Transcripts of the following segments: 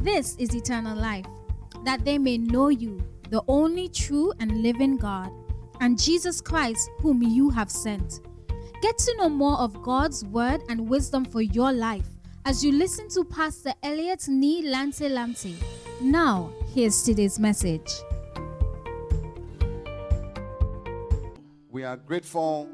This is eternal life, that they may know you, the only true and living God, and Jesus Christ, whom you have sent. Get to know more of God's word and wisdom for your life as you listen to Pastor Elliot Nee Lante Lamte. Now, here's today's message. We are grateful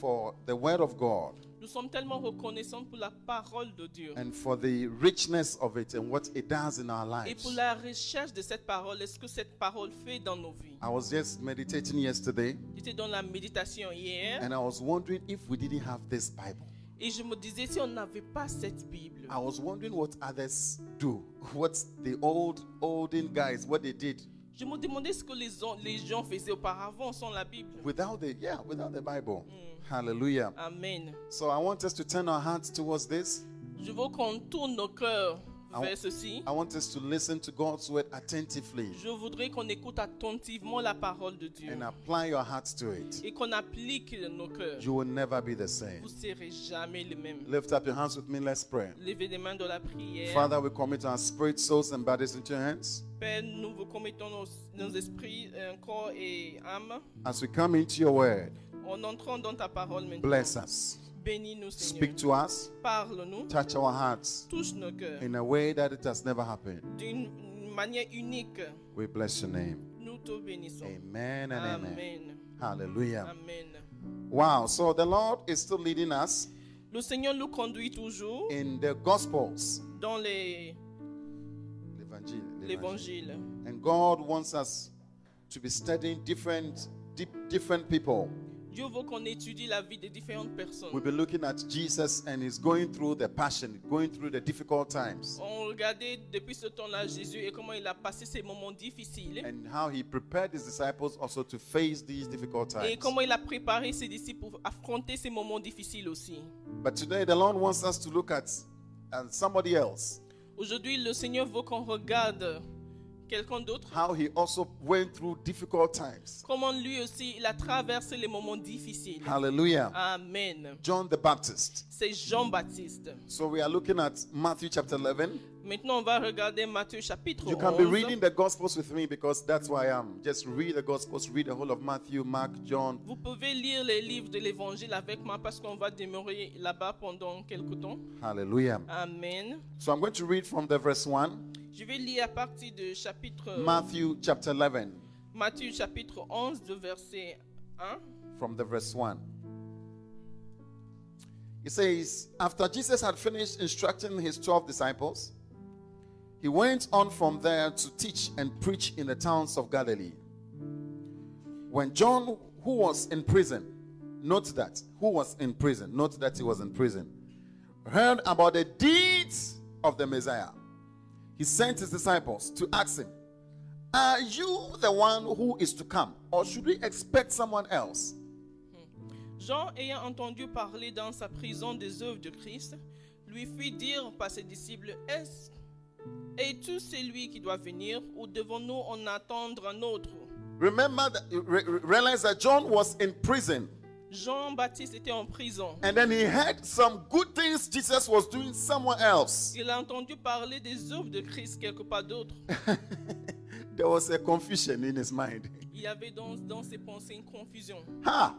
for the Word of God Nous sommes tellement reconnaissants pour la parole de Dieu and for the richness of it and what it does in our et pour lives. la recherche de cette parole. Est-ce que cette parole fait dans nos vies I was just meditating yesterday J'étais dans la méditation hier and I was wondering if we didn't have this Bible. et je me disais si on n'avait pas cette Bible, I was wondering what others do, what the old, olden guys, what they did je me demandais ce que les, on- les gens faisaient auparavant sans la Bible. without the, yeah, without the Bible. Hallelujah. Amen. So I want us to turn our hearts towards this. Je veux qu'on tourne nos cœurs Ah ouais. vers ceci. I want us to listen to God's Word attentively Je voudrais qu'on écoute attentivement la parole de Dieu and apply your hearts to it. et qu'on applique nos cœurs. You will never be the same. Vous serez jamais les mêmes. Lift up your hands with me. Let's pray. Levez les mains dans la prière. Father, we commit our spirit, souls, and bodies into your hands. Père, nous vous commettons nos, nos esprits, euh, corps et âme. As we come into your word, En entrant dans ta parole maintenant, bless us. bénis-nous, Seigneur. Speak to us. Parle-nous, Touch our hearts touche nos cœurs in a way that it has never happened. d'une manière unique. We bless your name. Nous te bénissons. Amen and amen. Amen. Hallelujah. Amen. Wow. So the Lord is still leading us Le Seigneur nous conduit toujours in the Gospels, dans les- l'Evangile, l'Evangile. l'Évangile. and God wants us to be studying different, di- different people. Dieu veut qu'on étudie la vie de différentes personnes. We'll be looking at Jesus, and He's going through the passion, going through the difficult times. On regardait depuis ce temps-là Jésus et comment il a passé ces moments difficiles and how he prepared his disciples also to face these difficult et times. comment il a préparé ses disciples pour affronter ces moments difficiles aussi. But today, the Lord wants us to look at and somebody else, Aujourd'hui, le Seigneur veut qu'on regarde quelqu'un d'autre. how he also went through difficult times. Comment lui aussi, il a traversé les moments difficiles. Hallelujah. Amen. John the Baptist. C'est Jean-Baptiste. So we are looking at Matthew chapter 11. Maintenant, on va regarder Matthieu chapitre You can be 11. reading the Gospels with me because that's where I am. Just read the Gospels, read the whole of Matthew, Mark, John. Vous pouvez lire les livres de l'Évangile avec moi parce qu'on va demeurer là-bas pendant quelque temps. Hallelujah. Amen. So I'm going to read from the verse 1, Je vais lire à partir de chapitre Matthew chapter 11, Matthieu chapitre 11 de verset 1. from the verse 1. It says, After Jesus had finished instructing his 12 disciples, he went on from there to teach and preach in the towns of Galilee. When John, who was in prison, note that, who was in prison, note that he was in prison, heard about the deeds of the Messiah, he sent his disciples to ask him, Are you the one who is to come, or should we expect someone else? Jean, ayant entendu parler dans sa prison des œuvres de Christ, lui fit dire par ses disciples Est-ce es-tu celui qui doit venir ou devons-nous en attendre un autre Remember, that, re- re- realize that John was in prison, Jean-Baptiste était en prison. and then he heard some good things Jesus was doing somewhere else. Il a entendu parler des œuvres de Christ quelque part d'autre. There was a confusion in his mind. Il avait donc dans ses pensées une confusion. Ha!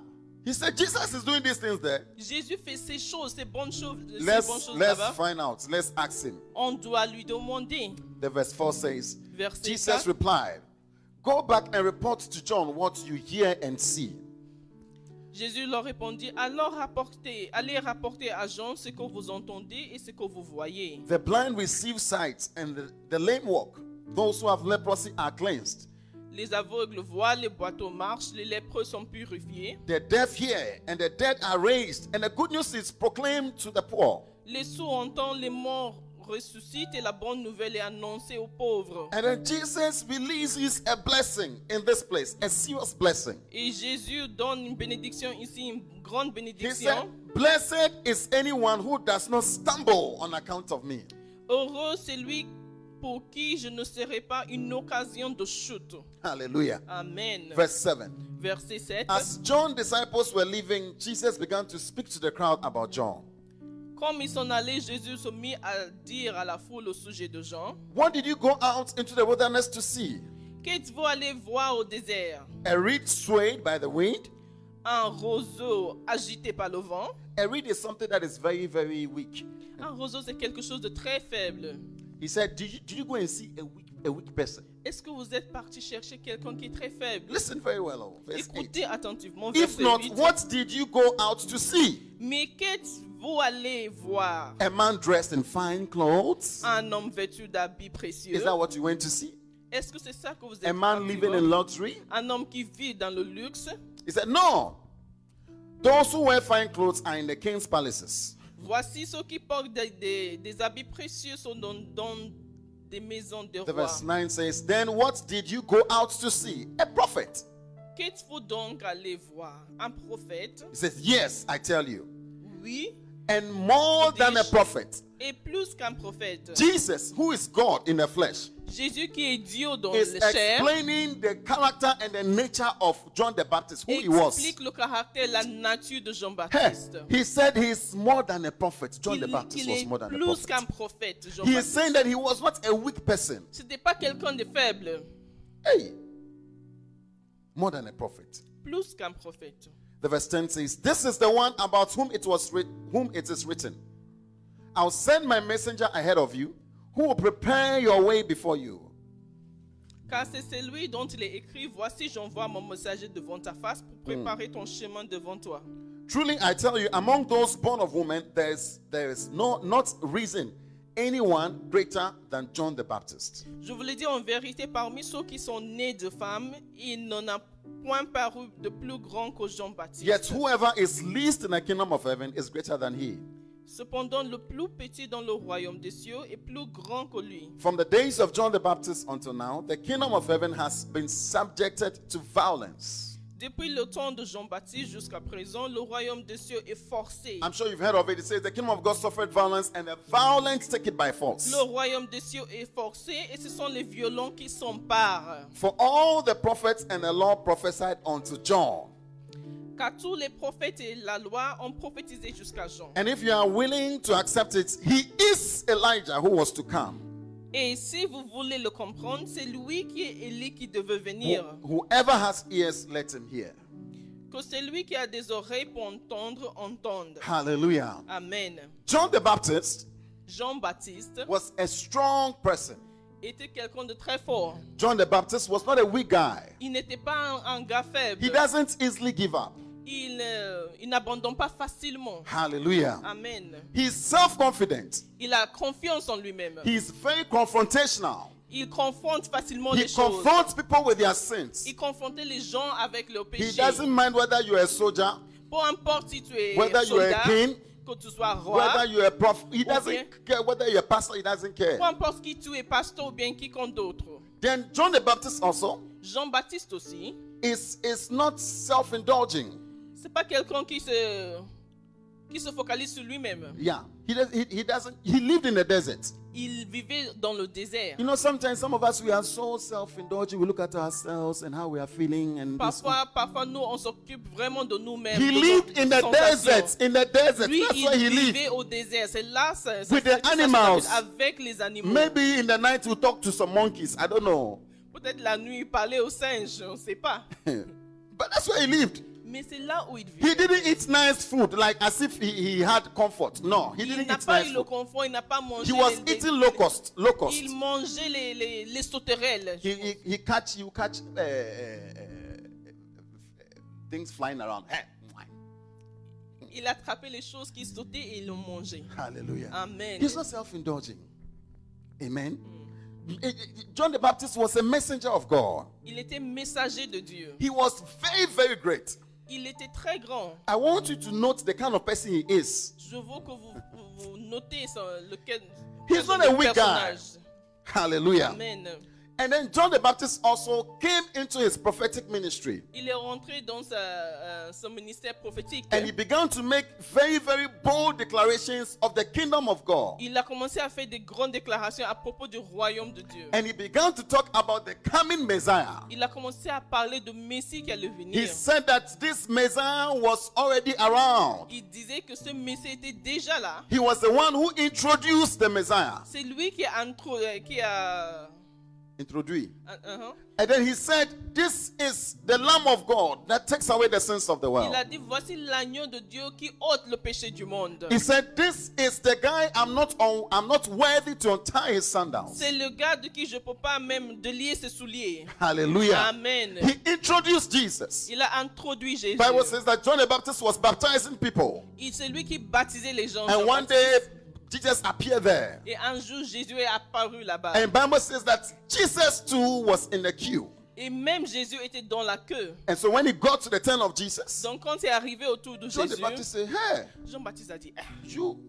He said, Jesus is doing these things there. Jésus fait ces choses, ces bonnes choses, ces bonnes Let's choses let's là-bas. find out. Let's ask him. On doit lui demander. The verse 4 says, Verset Jesus 4. replied, Go back and report to John what you hear and see. Jésus leur répondit Alors rapportez, allez rapporter à Jean ce que vous entendez et ce que vous voyez. The blind receive sight, and the, the lame walk. Those who have leprosy are cleansed. Les aveugles voient, les boiteux marchent, les lépreux sont purifiés, The deaf hear, and the dead are raised, and the good news is proclaimed to the poor. les sourds entendent, les morts ressuscitent et la bonne nouvelle est annoncée aux pauvres. And then Jesus releases a blessing in this place, a serious blessing. Et Jésus donne une bénédiction ici, une grande He said, bénédiction. Blessed is anyone who does not stumble on account of me. Heureux celui pour qui je ne serai pas une occasion de chute. Hallelujah. Amen. Verse 7. Verset 7. Ah. As John's disciples were leaving, Jesus began to speak to the crowd about John. Comme ils s'en allaient, Jésus se mit à dire à la foule au sujet de Jean What did you go out into the wilderness to see? Qu'êtes-vous allé voir au désert A reed swayed by the wind? Un roseau agité par le vent A reed is something that is very, very weak. Un roseau, c'est quelque chose de très faible. He said, Did you, did you go and see a weak, a weak person? Est-ce que vous êtes parti chercher quelqu'un qui est très faible Listen very well. oh, Verse 8. Écoutez attentivement. If verset not, 8. what did you go out to see? Mais qu'êtes-vous allé voir A man dressed in fine clothes? Un homme vêtu d'habits précieux. Is that what you went to see? Est-ce que c'est ça que vous êtes A man allé living voir? in luxury? Un homme qui vit dans le luxe. He said, No. Those who wear fine clothes are in the king's palaces. Voici ceux qui portent des, des- des habits précieux sont dans, dans des maisons de The rois. verse 9 says, Then what did you go out to see? A prophet. Qu'êtes-vous donc allé voir Un prophète He says, Yes, I tell you. Oui, And more than a prophet, et plus qu'un prophète. Jesus, who is God in the flesh, Jésus qui est Dieu dans is le chair explaining the character and the nature of John the Baptist, who he was. explique le caractère, la nature de Hey, Jean-Baptiste. he said he's more than a prophet. John the Il- Baptist il was est more than a plus qu'un prophet. prophète, He is Jean-Baptiste. saying that he was not a weak person. C'était pas quelqu'un de faible, Hey, more than a prophet. plus qu'un prophète. The verse 10 says, This is the one about whom it was writ- whom it is written. I'll send my messenger ahead of you, who will prepare your way before you. Car c'est celui dont il est écrit, voici j'envoie mon messager devant ta face Hmm. pour préparer ton chemin devant toi. Truly I tell you, among those born of woman, there is there is no not reason anyone greater than John the Baptist. Je vous le dis en vérité, parmi ceux qui sont nés de femmes, il n'en a point paru de plus grand que Yet Jean-Baptiste. whoever is least in the kingdom of heaven is greater than he. Cependant, le plus petit dans le royaume des cieux est plus grand que lui. From the days of John the Baptist until now, the kingdom of heaven has been subjected to violence. Depuis le temps de Jean-Baptiste jusqu'à présent, le royaume des cieux est forcé. I'm sure you've heard of it. It says the kingdom of God suffered violence, and the violent take it by force. Le royaume des cieux est forcé et ce sont les violents qui s'emparent. For all the prophets and the law prophesied unto John. Car tous les prophètes et la loi ont prophétisé jusqu'à Jean. And if you are willing to accept it, he is Elijah who was to come. Et si vous voulez le comprendre, c'est lui qui est Élie qui devait venir. Who- whoever has ears, let him hear. Que celui qui a des oreilles pour entendre, entende. Hallelujah. Amen. John the Baptist Jean-Baptiste was a strong person. était quelqu'un de très fort. John the Baptist was not a weak guy. Il n'était pas un, un gars He faible. doesn't easily give up. Il, euh, il n'abandonne pas facilement. Hallelujah. Amen. He's self confident. Il a confiance en lui-même. He's very confrontational. Il confronte facilement He les choses. confronts people with their sins. Il confrontait les gens avec leur He péché. doesn't mind whether you're a soldier, Peu importe si tu es Whether you are a soldat, king, que tu sois whether roi, you're a prophet, he Ou doesn't bien- care, whether you're a pastor, he doesn't care. peu importe qui tu es, pasteur ou bien quiconque d'autre. Then John the Baptist also Jean-Baptiste aussi, is, is not self indulging. c'est pas quelqu'un qui se qui se focalise sur lui-même. Yeah. He, does, he, he doesn't, he lived in the desert. Il vivait dans le désert. You know, sometimes some of us, we are so self indulging. We look at ourselves and how we are feeling. and this one. Parfois, parfois nous on s'occupe vraiment de nous-mêmes. He de nos lived in the sensations. desert. In the desert. Lui, That's il where he lived. vivait au désert. C'est là, ça, ça- With the ça- ça- ça- animals. avec les animaux. Maybe in the night we'll talk to some monkeys. I don't know. Peut-être la nuit, il parlait aux singes, on ne sait pas. but that's where he lived. Mais c'est là où il vivait. He didn't eat nice food, like as if he, he had comfort. No, he Il didn't n'a eat pas nice eu le food. confort, il n'a pas mangé. He was les- les- eating locust. Locust. Il He, mangeait les, les, les sauterelles. je he, he catch you catch uh, uh, uh, things flying around. Eh, mwah. pense. Il attrapait les choses qui sautaient et il les mangeait. Hallelujah. Amen. He's not self-indulging. Amen. Mm. Eh, eh, John the Baptist was a messenger of God. Il était messager de Dieu. He was very, very great. Il était très grand. I want you to note the kind of person he is. Je veux que vous, vous- vous notez ça, lequel. He's quel not a est le weak guy. personnage. Hallelujah. Amen. And then John the Baptist also came into his prophetic ministry Il est rentré dans sa, euh, son ministère prophétique. and he began to make very, very bold declarations of the kingdom of God. Il a commencé à faire des grandes déclarations à propos du royaume de Dieu. And he began to talk about the coming Messiah. Il a commencé à parler de Messie qui allait venir. He said that this Messiah was already around. Il disait que ce Messie était déjà là. He was the one who introduced the Messiah. C'est lui qui a... intro- euh, Qui a Introduit. Ah, ah, And then he said, This is the Lamb of God that takes away the sins of the ah. world. Il a dit, voici l'agneau de Dieu qui ôte le péché du monde. He said, This is the guy I'm not on, I'm not worthy to untie his sandals. C'est le gars de qui je ne peux pas même délier ses souliers. Hallelujah. Amen. He introduced Jesus. Il a introduit Jésus. Bible says that John the Baptist was baptizing people. Il- C'est lui qui baptisait les gens. And one day Jesus appeared there. Et un jour, Jésus est apparu là-bas. And Bible says that Jesus too was in the queue. Et même Jésus était dans la queue. And so when he got to the turn of Jesus, Donc quand c'est arrivé autour de John the Jésus, Baptist said, Hey, Jean-Baptiste a dit, Ah, you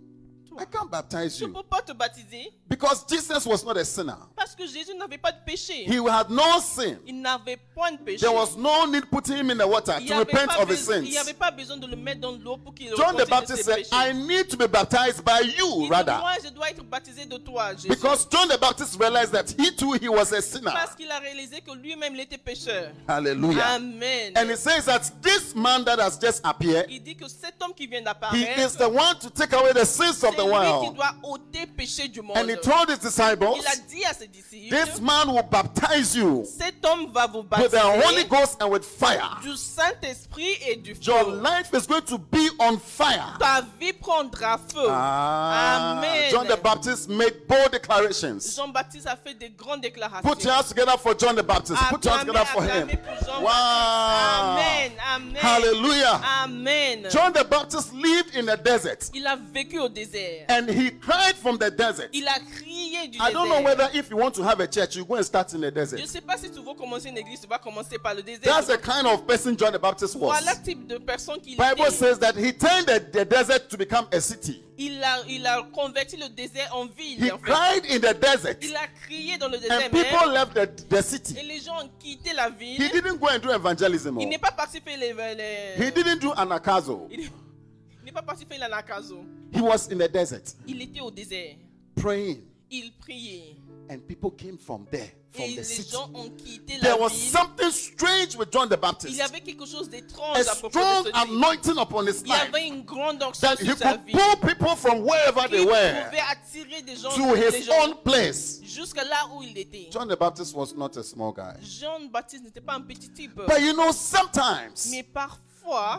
I can't baptize je ne you. peux pas te baptiser Because Jesus was not a sinner. parce que Jésus n'avait pas de péché. He had no sin. Il n'avait point de péché. There was no need putting him in the water Il n'y to avait, repent pas of his besoin- il sins. n'y avait pas besoin de le mettre dans l'eau pour qu'il John the repentisse de Baptist ses said, péchés. I need to be baptized by Il you dit, rather. moi, je dois être baptisé de toi, Jésus. Because John the Baptist realized that he too he was a sinner. Parce qu'il a réalisé que lui-même il était pécheur. Hallelujah. Amen. And it says that this man that has just appeared, Il dit que cet homme qui vient he d'apparaître, is the one to take away the sins c'est of the lui qui world. doit ôter péché du monde. And he told his disciples, Il a dit à ses disciples, This man will baptize you cet homme va vous with the Holy baptiser Ghost and with fire. du Saint-Esprit et du feu. Your life is going to be on fire. Ta vie prendra feu. Ah, Amen. John the Baptist made bold declarations. Jean-Baptiste a fait des grandes déclarations. Put your hands together for John the Baptist. Put your hands together for Acclamez, him. acclamez pour Jean-Baptiste. Wow. Amen, amen. Hallelujah. Amen. John the Baptist lived in the desert Il a vécu au désert. and he cried from the desert. Il a crié du I désert. don't know whether if you want to have a church, you go and start in the Je ne desert. sais pas si tu veux commencer une église, tu vas commencer par le désert. That's the kind of person John the Baptist Voilà le was. type de personne qu'il Bible était. says that he turned the, the desert to become a city. Il a, il a converti le désert en ville. He en fait. cried in the desert Il a crié dans le désert and même. people left the, the Et city. les gens ont quitté la He ville. didn't go and do evangelism. Il oh. n'est pas participé les, les... He didn't do anakazo. Il il n'est pas participé à la Nakazo. He was in the desert Il était au désert. praying, Il priait. and people came from there, from Et the les city. gens ont quitté la There was ville. something strange with John the Il Baptist. y avait quelque chose d'étrange A à propos de strong ce type. anointing upon his Il y life avait une grande onction that he sur sa could vie. pull people from wherever qui they were pouvait attirer des gens, to des his gens own place. jusqu'à là où il était. John the Baptist was not a small guy. Jean-Baptiste n'était pas un petit type. But you know, sometimes Mais parfois,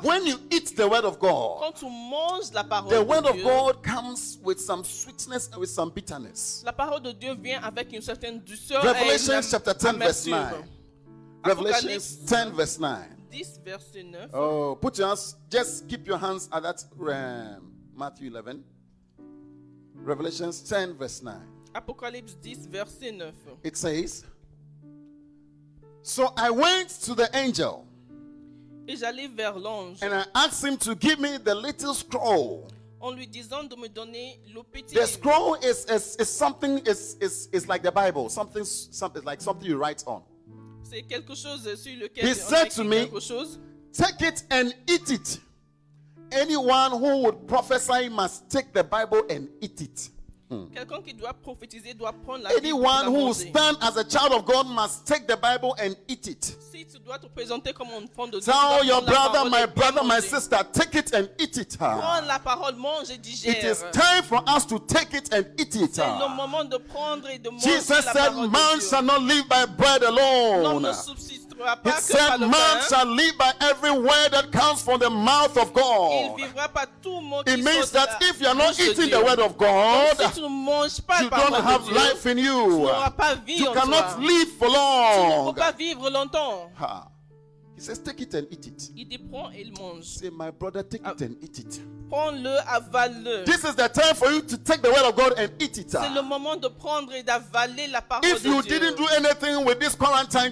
when you eat the word of God, quand on mange la parole the de word of Dieu, God comes with some sweetness and with some bitterness. la parole de Dieu vient avec une certaine douceur. Revelation et une chapter 10, verse amertume. 9. Revelation 10, verse 9. 10, verset 9. Oh, put your hands, just keep your hands at that um, Matthew 11. Revelations 10, verse 9. Apocalypse 10, verset 9. It says, So I went to the angel Et j'allais vers l'ange and I asked him to give me the little scroll. en lui disant de me donner le petit The livre. scroll is, is, is something, is, is, is like the Bible, something, something like something you write on. C'est quelque chose sur lequel He on said écrit to me- quelque chose. Take it and eat it. Anyone who would prophesy must take the Bible and eat it. Quelqu'un qui doit prophétiser doit prendre la Bible pour Hmm. Anyone la who will manger. stand as a child of God must take the Bible and eat it. Si tu dois te présenter comme un enfant de Dieu, Tell tu dois your prendre la brother, parole my et bien brother, my manger. sister, take it and eat it. Prends la parole, mange et digère. It is time for us to take it and eat it. C'est le moment de prendre et de manger Jesus la said, parole Man de shall Dieu. not live by bread L'homme ne alone. subsistera He pas que said, par le Man pain. shall live by every word that comes from the mouth of Il God. vivra par tout mot qui It means sort de that la if you are not bouche de eating Dieu, the word of donc God, si tu ne manges pas you la parole don't have de Dieu, life in tu you. n'auras pas vie You en cannot toi. live for Tu ne peux long. pas vivre longtemps. Ha. He He says, Take it and eat it. Il dit prends et le mange. Say, My brother, take Ah. it and eat it. Prends-le, avale-le. This is the time for you to take the word of God and eat it. C'est le moment de prendre et d'avaler la parole If you de Dieu. didn't do anything with this quarantine si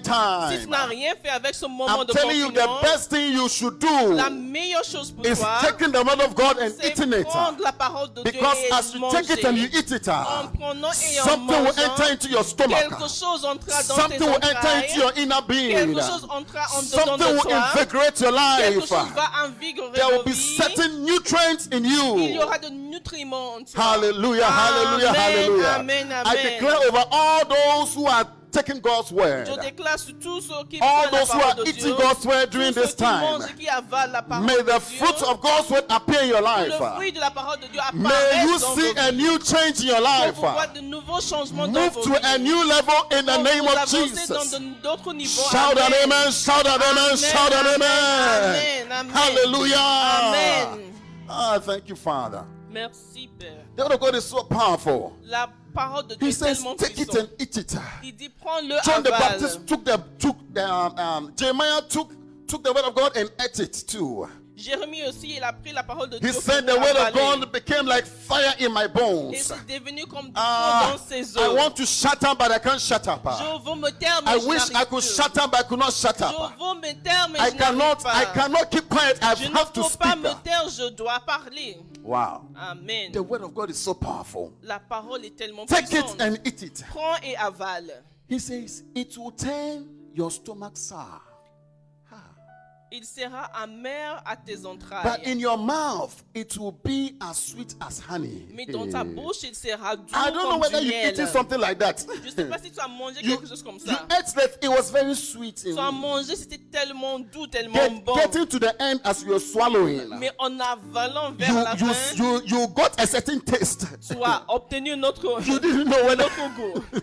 tu n'as time, rien fait avec ce moment I'm de telling you, the confinement, best thing you should do la meilleure chose pour is toi, taking the word of God and c'est eating it. prendre la parole de Because Dieu et as you take it and you manger. eat it, ah, en prenant et en something will enter mangeant, into your stomach. ah. quelque chose entra dans tes Something will enter into entrailles, your inner being. ah. quelque chose entra en dedans Something de will toi, invigorate your quelque chose life. ah. va invigorer There will ta be vie, certain nutrients in il y you. aura de nutriments en toi. Hallelujah, hallelujah, Amen, hallelujah. amen, I amen. declare over all those who are taking God's word, ah. Je déclare sur tous ceux qui all prennent la those who are parole de Dieu, eating God's word tous during ceux this qui mangent time, et qui avalent la parole may de the Dieu, fruit of God's word appear in your le fruit life. ah. de la parole de Dieu May you apparaisse dans see vos a vies. new change in your Qu'on life. ah. vous voit de nouveaux changements dans Move vos to a vies. new level in the Qu'on name vous of avancez Jesus. dans de- d'autres niveaux. Shout an Amen. amen, shout an amen, shout an amen. Amen, amen. Hallelujah. Amen. Ah, thank you, Father. Merci, Père. The word of God is so powerful. La parole de Dieu He est says, tellement take it and puissante. eat it. Il dit, prends-le John the avale. Baptist took the took the um, um, Jeremiah took took the word of God and ate it too. Jérémie aussi, il a pris la parole de He Dieu. pour said the word of l'avaler. God became like fire in my Et bones. c'est devenu comme du feu Ah, dans ses I os. want to shut up, but I can't shut up. Je veux me taire, mais I je wish I n'arrive could plus. shut up, but I could not shut up. Je veux me taire, mais I je n'arrive cannot pas. I cannot keep quiet. I je have to ne peux pas me speak. taire, je dois parler. Wow. Amen. The word of God is so powerful. La parole est tellement Take it puissante. and eat it. Prends et avale. He says it will turn your stomach sour. Ah. Il sera amer à tes entrailles. But in your mouth, it will be as sweet as honey. Mais dans ta bouche, il sera doux Eh. I don't know comme whether du you miel. eating something like that. Je ne sais pas si tu as mangé You, quelque chose comme you ça. ate that, it was very sweet. Tu as mangé, c'était tellement doux, tellement Get- bon. getting to the end as you're swallowing, Mais en avalant vers you, la you, fin, you, you got a certain taste. tu as obtenu notre, You didn't know whether, notre goût.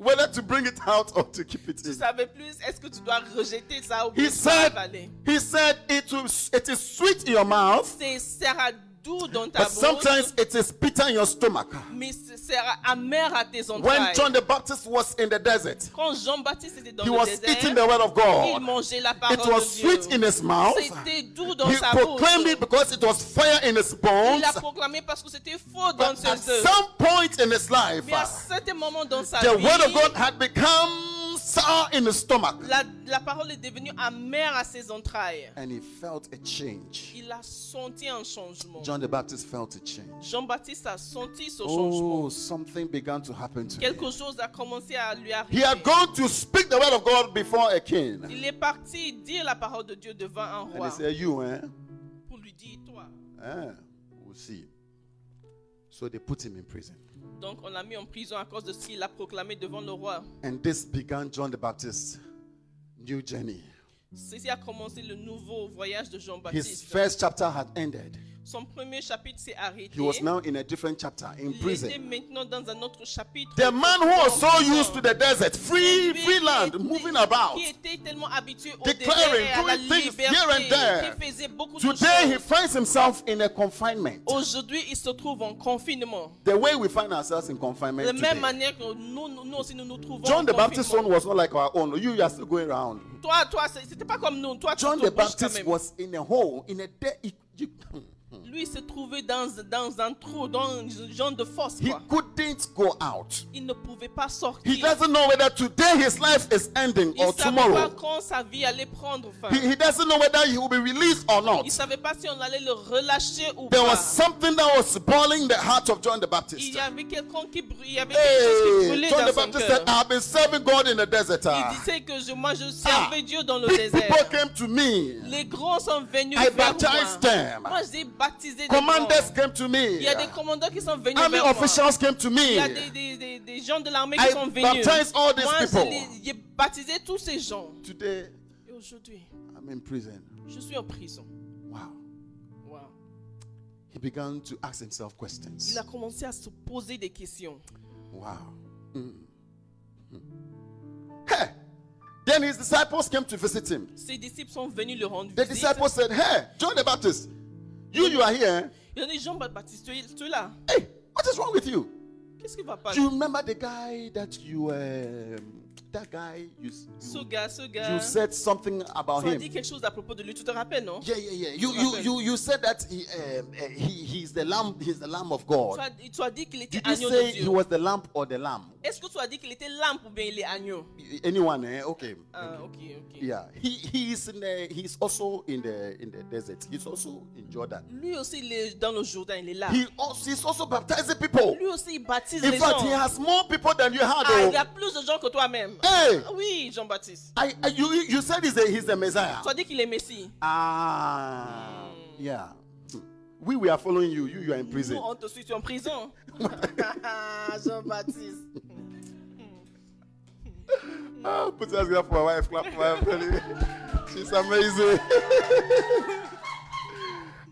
whether to bring it out or to keep it Tu in. savais plus, est-ce que tu dois rejeter ça ou He bien tu dois said, avaler he said it, will, it is sweet in your mouth, C'est sera doux dans ta but bouche, sometimes it is bitter in your stomach. mais ce sera amer à tes When entrailles. John the Baptist was in the desert, Quand Jean-Baptiste était dans he le was eating the désert, word of il God. mangeait la parole It was de Dieu. sweet in his mouth. C'était doux dans He sa bouche. proclaimed it because it was fire in his Il bones. l'a proclamé parce que c'était faux dans But at ses yeux. some point in his life, Mais à certain moment dans sa the vie, word of God had become sour in his stomach. la, la parole est devenue amère à ses entrailles. And he felt a change. Il a senti un changement. John the Baptist felt a change. Jean-Baptiste a senti ce changement. Oh, something began to happen to him. Quelque chose a commencé à lui He arriver. had gone to speak the word of God before a king. Il est parti dire la parole de Dieu devant un And he roi said, You, eh? pour lui dire toi. Eh, we'll see. So they put him in prison. Donc on l'a mis en prison à cause de ce qu'il a proclamé devant le roi. And this began John the Baptist's new journey. Ceci a commencé le nouveau voyage de His Jean-Baptiste. first chapter had ended. Son premier chapitre s'est arrêté. He was now in a different chapter, in Il était prison. maintenant dans un autre chapitre. The man who was so En prison. used to the desert, free, Lui free qui land, était- moving about. Qui était tellement habitué au declaring, désert et à la doing things liberté, here and there. qui faisait beaucoup de Today he choses. finds himself in a confinement. Aujourd'hui, il se trouve en confinement. The way we find ourselves in De la confinement même today. manière que nous, nous nous aussi nous nous trouvons John the en Baptist's confinement. one was not like our own. You, you are still going around. Toi, toi, c'est- c'était pas comme nous. Toi, tu John te the bouges quand Baptist même. was in a hole, in a de- he, you- Lui, il se trouvait dans, dans un trou, dans un genre de fosse. he quoi. couldn't go out. Il ne pouvait pas sortir. He doesn't know whether today his life is ending il or ne savait pas tomorrow. quand sa vie allait prendre fin. He, he doesn't know whether he will be released or il not. ne savait pas si on allait le relâcher ou There pas. was something that was boiling the heart of John the Il Baptist. y avait quelqu'un qui brûlait, il y avait quelque chose qui Hey, brûlait John the dans son Baptist said, cœur. I've been serving God in the desert. ah. Il disait que je, moi je Ah, servais Dieu dans le big désert. people came to me. Les grands sont venus I vers baptized moi. them. Moi j'ai baptisé des Commanders grands. came to Il me. y a des commandants qui sont venus Army vers moi. officials came to Il me. y a des, des, des, des gens de l'armée I qui sont venus. baptized all these Moi people. je les- j'ai baptisé tous ces gens. Today, Et aujourd'hui, I'm in prison. je suis en prison. Wow. Wow. He began to ask himself Il questions. a commencé à se poser des questions. Wow. Mm. Mm. Hey. Then his disciples came to visit him. Ses disciples sont venus le rendre The visite. disciples said, Hey, John the Baptist, you, you are here. Il a dit Jean-Baptiste, tu es tu es là. Hey, what is wrong with you? Qu'est-ce qui va pas Do you remember the guy that you um, that guy, you, s- Ce you, gars, ce you gars. said something about Tu as dit him. quelque chose à propos de lui, tu te rappelles, non Yeah, yeah, yeah. You, you, you, you said that he, um, uh, he, he's the lamb, he's the lamb of God. tu as, tu as dit qu'il était Did you agneau de say he Dieu. was the lamb or the lamb? Est-ce que tu as dit qu'il était lampe ou bien il est agneau Anyone? Eh? Okay. Ah, ok, ok. Yeah. He, he is in the, he's also in the in the desert. He's also in Jordan. Lui aussi, il est dans le Jourdain, il est là. He also, he's also baptizing people. Lui aussi, il baptise In les fact, gens. he has more people than you had. Ah, oh. il y a plus de gens que toi-même. Hey, Ah Oui, Jean-Baptiste. I, I, you, you said he's the, he's the Messiah. Tu as dit qu'il est Messie. Ah, yeah. We we are following you. You you are in Nous, prison. on te suit, tu es en prison. Jean-Baptiste. Ah, put your hands together for my wife. Clap for my wife. She's amazing.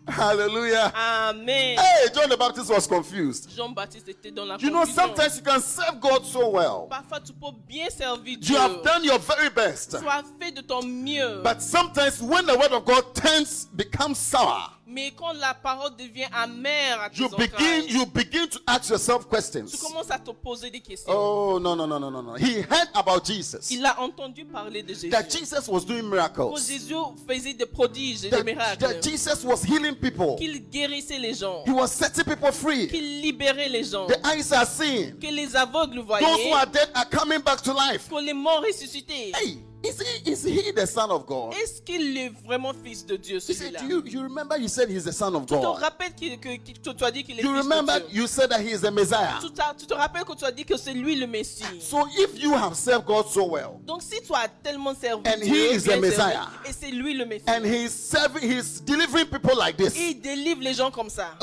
Hallelujah. Amen. Hey, John the Baptist was confused. Jean-Baptiste était dans la Ah. You know, confusion. sometimes you can serve God so well. Parfois, tu peux bien servir You Dieu. have done your very best. Tu as fait de ton mieux. But sometimes when the word of God turns, becomes sour, Mais quand la parole devient amère à tes you begin, entrailles, you begin to ask yourself tu questions. commences à te poser des questions. Oh, no, no, no, no, no, no. He heard about Jesus. Il a entendu parler de Jésus. That Jesus was doing Quand miracles. Jésus faisait des prodiges et des That, miracles, that Jesus was healing people. qu'il guérissait les gens, He was setting people free. qu'il libérait les gens, The eyes are seeing. que les aveugles Those who voyaient, are dead are coming back to life. que les morts ressuscitaient. Hey, is he, is he the son of God? Est-ce qu'il est vraiment fils de Dieu, He said, celui-là you, you remember you said he's the son of Tu te God. rappelles qu'il- que, que- que tu as dit qu'il est You fils remember de Dieu. you said that he is the Messiah. Tu, t'as- tu te rappelles que tu as dit que c'est lui le Messie. So if you have served God so well, Donc si tu as tellement servi And Dieu, he is bien the servi, Messiah. et c'est lui le Messie, and he's serving, he's delivering people like this. il délivre les gens comme ça.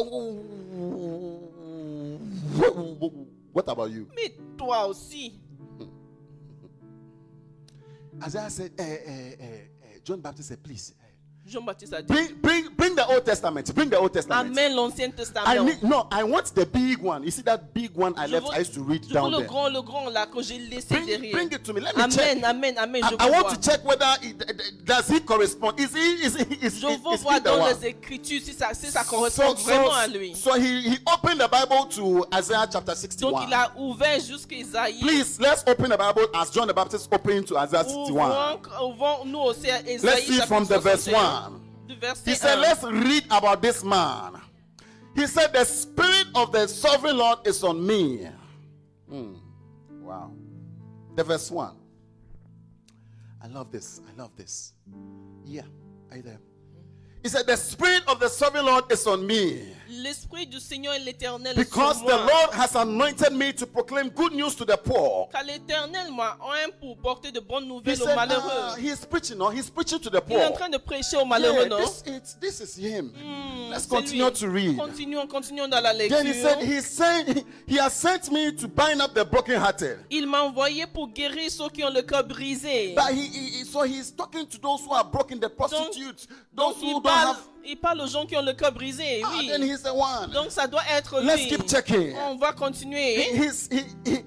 What about you? Mais toi aussi, Isaiah said, eh, eh, eh, eh, John Baptist said, please eh, Jean-Baptiste a dit, bring, bring, bring the Old Testament. Bring the Old Testament. amène l'Ancien I Testament. need, no, I want the big one. You see that big one I Je left? veux- I used to read je veux down le there. grand, le grand là que j'ai laissé Bring, derrière. bring it to me. Let me check. Amen, amen, amen. Je I, veux I voir. want to check whether it, does he correspond. Is he is he is, is, is Je veux he voir the dans one? les Écritures si ça, si ça correspond so, vraiment à lui. so he, he opened the Bible to Isaiah chapter Donc 61. il a ouvert jusqu'à Isaïe. Please, let's open the Bible as John the Baptist opened to Isaiah 61. Ouvrons, ouvrons nous aussi à Isaïe. Let's see chapitre from the verse 61, 1. Du verset He said, 1. Let's read about this man. He said, The Spirit of the Sovereign Lord is on me. Hmm. Wow. The verse 1. I love this. I love this. Yeah. Are you there? He said, The Spirit of the Sovereign Lord is on me. L'Esprit du Seigneur et l'Éternel est sur Because the moi. Lord has anointed me to proclaim good news to the poor. Car l'Éternel m'a un pour porter de bonnes He nouvelles aux said, ah, malheureux. he's preaching, no? He's preaching to the Il est en poor. train de prêcher aux Yeah, malheureux, non this, it's, this is him. Hmm, Let's c'est continue lui. to read. Continuons, continuons dans la lecture. Then he said, he, sent, he has sent me to bind up the brokenhearted. Il m'a envoyé pour guérir ceux qui ont le cœur brisé. But he, he, he- so he's talking to those who are broken, the prostitutes, Donc those who il don't parle, have. il parle aux gens qui ont le cœur brisé, Ah, oui. then he's the one. Donc ça doit être lui. Let's keep checking. On va continuer. He's, he, he,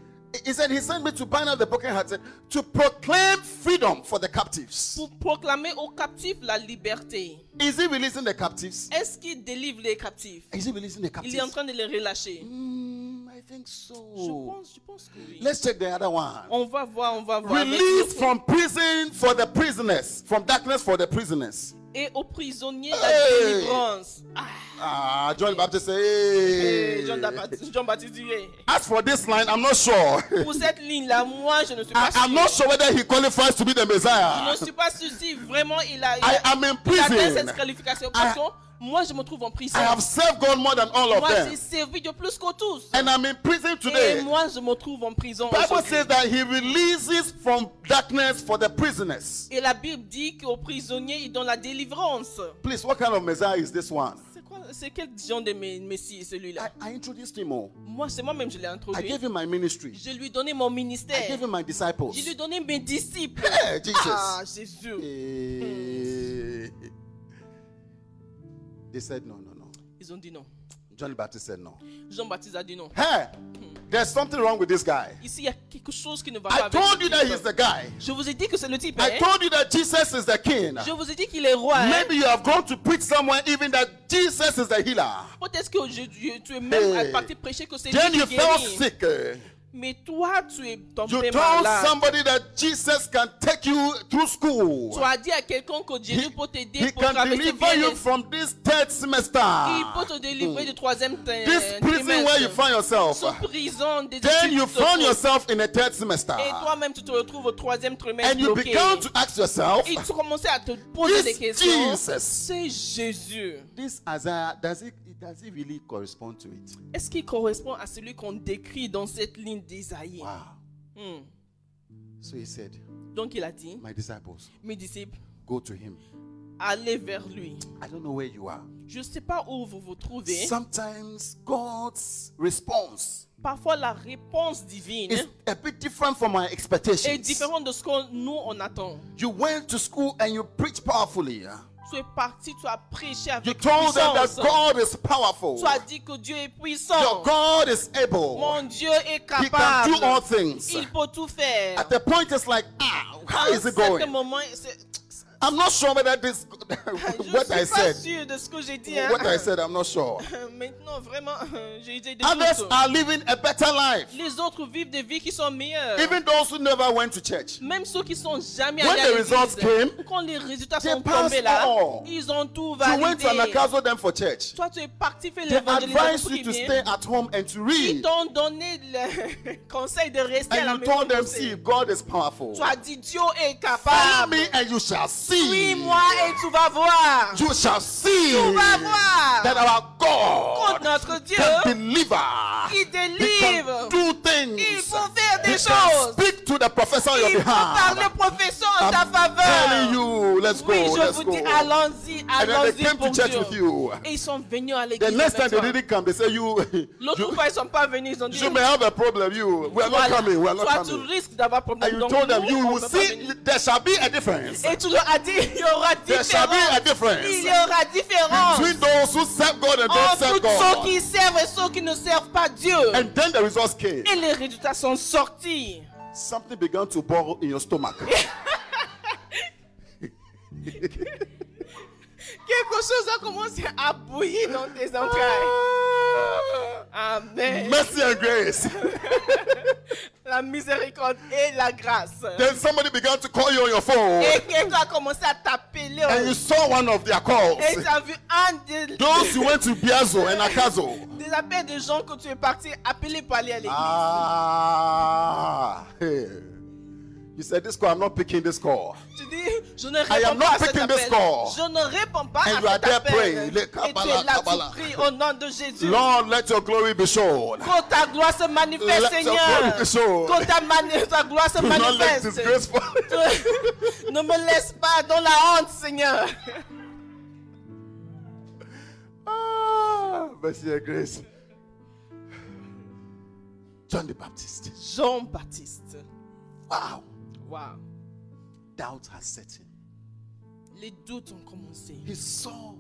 he said, he sent me to bind up the brokenhearted, to proclaim freedom for the captives. Pour proclamer aux captifs la liberté. Is he releasing the captives? Est-ce qu'il délivre les captifs Is he releasing the Il est en captives? train de les relâcher. Hmm, I think Je so. pense, je pense que oui. Let's check the other one. On va voir, on va voir. Release from prison for the prisoners, from darkness for the prisoners. Et aux prisonniers Hey. la délivrance. Ah, Ah, John the Baptist say, hey. eh, John Baptiste, John Baptiste dit, eh. As for this line, I'm not sure. Pour cette ligne-là, moi, je ne suis I, pas I'm not sûr. sure whether he qualifies to be the Je ne Messiah. suis pas sûr si vraiment il a, il I a- am in il a fait cette prison. qualification. Parce que moi, je me trouve en prison. I have served God more than all of Moi, j'ai them. servi de plus que tous. And I'm in prison Et today. moi, je me trouve en prison. Bible aujourd'hui. says that he releases from darkness for the prisoners. Et la Bible dit qu'aux prisonniers, il donne la délivrance. Please, what kind of Messiah is this one? C'est quoi, c'est quel genre de mé- Messie I, celui-là I introduced him all. Moi, c'est moi-même, je l'ai I introduit. gave him my ministry. Je lui donnais mon I ministère. gave him my disciples. Je lui donnais mes disciples. Hey, Ah, Jesus. Jésus. Eh, They said no, no, no. Ils ont dit non. John the Baptist said no. Jean-Baptiste a dit non. Hey, there's something wrong with this guy. Ici, il y a quelque chose qui ne va pas Hmm. I avec told ce you Eh? that type. he's the guy. Je vous ai dit que c'est le type. I hein. told you that Jesus is the king. Je vous ai dit qu'il est roi. hein. Maybe you have gone to preach somewhere even that Jesus is the healer. Peut-être que je- je- tu es même Hey. parti prêcher que c'est Then lui you qui fell guérit. sick. eh. Mais toi, tu es You tombé told malade. somebody that Jesus can take you through Tu school. as dit à quelqu'un que Jésus peut He t'aider pour can traverser bien deliver you les- from this third semester. Hmm. Il peut te délivrer du troisième te- Ah. This prison where you trimestre. find yourself. Cette prison des Then études you te found font- yourself in a third semester. Et toi-même, tu te retrouves au troisième trimestre And you bloqué. began to ask yourself, Et tu commençais à te poser des this questions. Jesus, C'est Jésus. this Isaiah, does it, it- does it really correspond to it? Est-ce qu'il correspond à celui qu'on décrit dans cette ligne d'Isaïe Wow. Hmm. So he said, Donc il a dit, my disciples, mes disciples, go to him. allez vers lui. I don't know where you are. Je ne sais pas où vous vous trouvez. Sometimes God's response Parfois la réponse divine is a bit different from our est expectations. différente de ce que nous on attend. You went to school and you preached powerfully. Tu es parti, tu as prêché You avec told them that puissance. God is powerful. Tu as dit que Dieu est Your puissant. God is Mon able. Dieu He est can capable. do all things. Il peut tout faire. At the point, it's like, ah, how is it À un going? moment, c'est- I'm not sure whether this, je ne what suis I pas said, sûr de ce que j'ai dit. hein. Euh, what I said, I'm not sure. Maintenant, vraiment, euh, j'ai été de Others doute. are living a better life. Les autres vivent des vies qui sont meilleures. Even those who never went to church, Même ceux qui sont jamais When allés the à results l'église, came, quand les résultats they sont passed tombés là, all. ils ont tout you went validé. to Anakazo them for church. Toi, tu es parti faire They l'évangélisation advised pour you qu'ils to stay viennent. at home and to Ils read, t'ont donné le conseil de rester à la and you maison. told them, pour "See, prier. God is powerful. Tu as dit Dieu est Follow capable. me, and you shall see. Suis-moi et tu vas voir. You shall see Tu vas voir. that our Contre God notre Dieu, can deliver. il He can délivre. do things. Il peut faire des He can choses. speak to the professor on your Il peut parler behalf. au professeur en ta I'm telling faveur. you, let's go, Oui, je let's vous dis, go. allons-y, And then they allons-y came pour to church with Dieu. you. Et ils sont venus à The l'église. next time avec they toi. didn't come, they say you, L'autre you, fois, ils sont pas venus. Ils ont dit, you may have a problem. You, we are not Voilà. coming. We are Toi, not tu coming. risques d'avoir problème. And you Donc, told them nous, you on will peut pas see. venir. There shall be a difference Et tu leur as dit, il y aura There différence. shall be a difference. Il y aura différence between those who serve God and don't entre serve ceux God. qui servent et ceux qui ne servent pas Dieu. And then the results came. Et les résultats sont sortis. Something began to boil in your stomach. Quelque chose a commencé à bouillir dans tes entrailles. Amen. Mercy and grace. La miséricorde et la grâce. Then somebody began to call you on your phone. Et quelqu'un a commencé à t'appeler. And you saw one of their calls. Et tu as vu un des, Those who went to Biazo and Akazo. des appels de gens que tu es parti appeler pour aller à l'église. Ah. hey. You said, This call, I'm not picking this call. Tu dis, je ne réponds am not pas à cet picking appel. this call. Je ne réponds pas And à you are cet there appel. praying. Le Et tu es Kabbalah, là, Kabbalah. tu pries au nom de Jésus. Lord, let your glory be shown. Que ta gloire se manifeste, Let your glory Seigneur. be shown. Que ta, mani- ta gloire se Do not let manifeste. disgrace fall. Tu- ne me laisse pas dans la honte, Seigneur. Ah, mercy and grace. John the Baptist. Jean-Baptiste. Wow. Wow. Doubt has set in. Les doutes ont commencé. He saw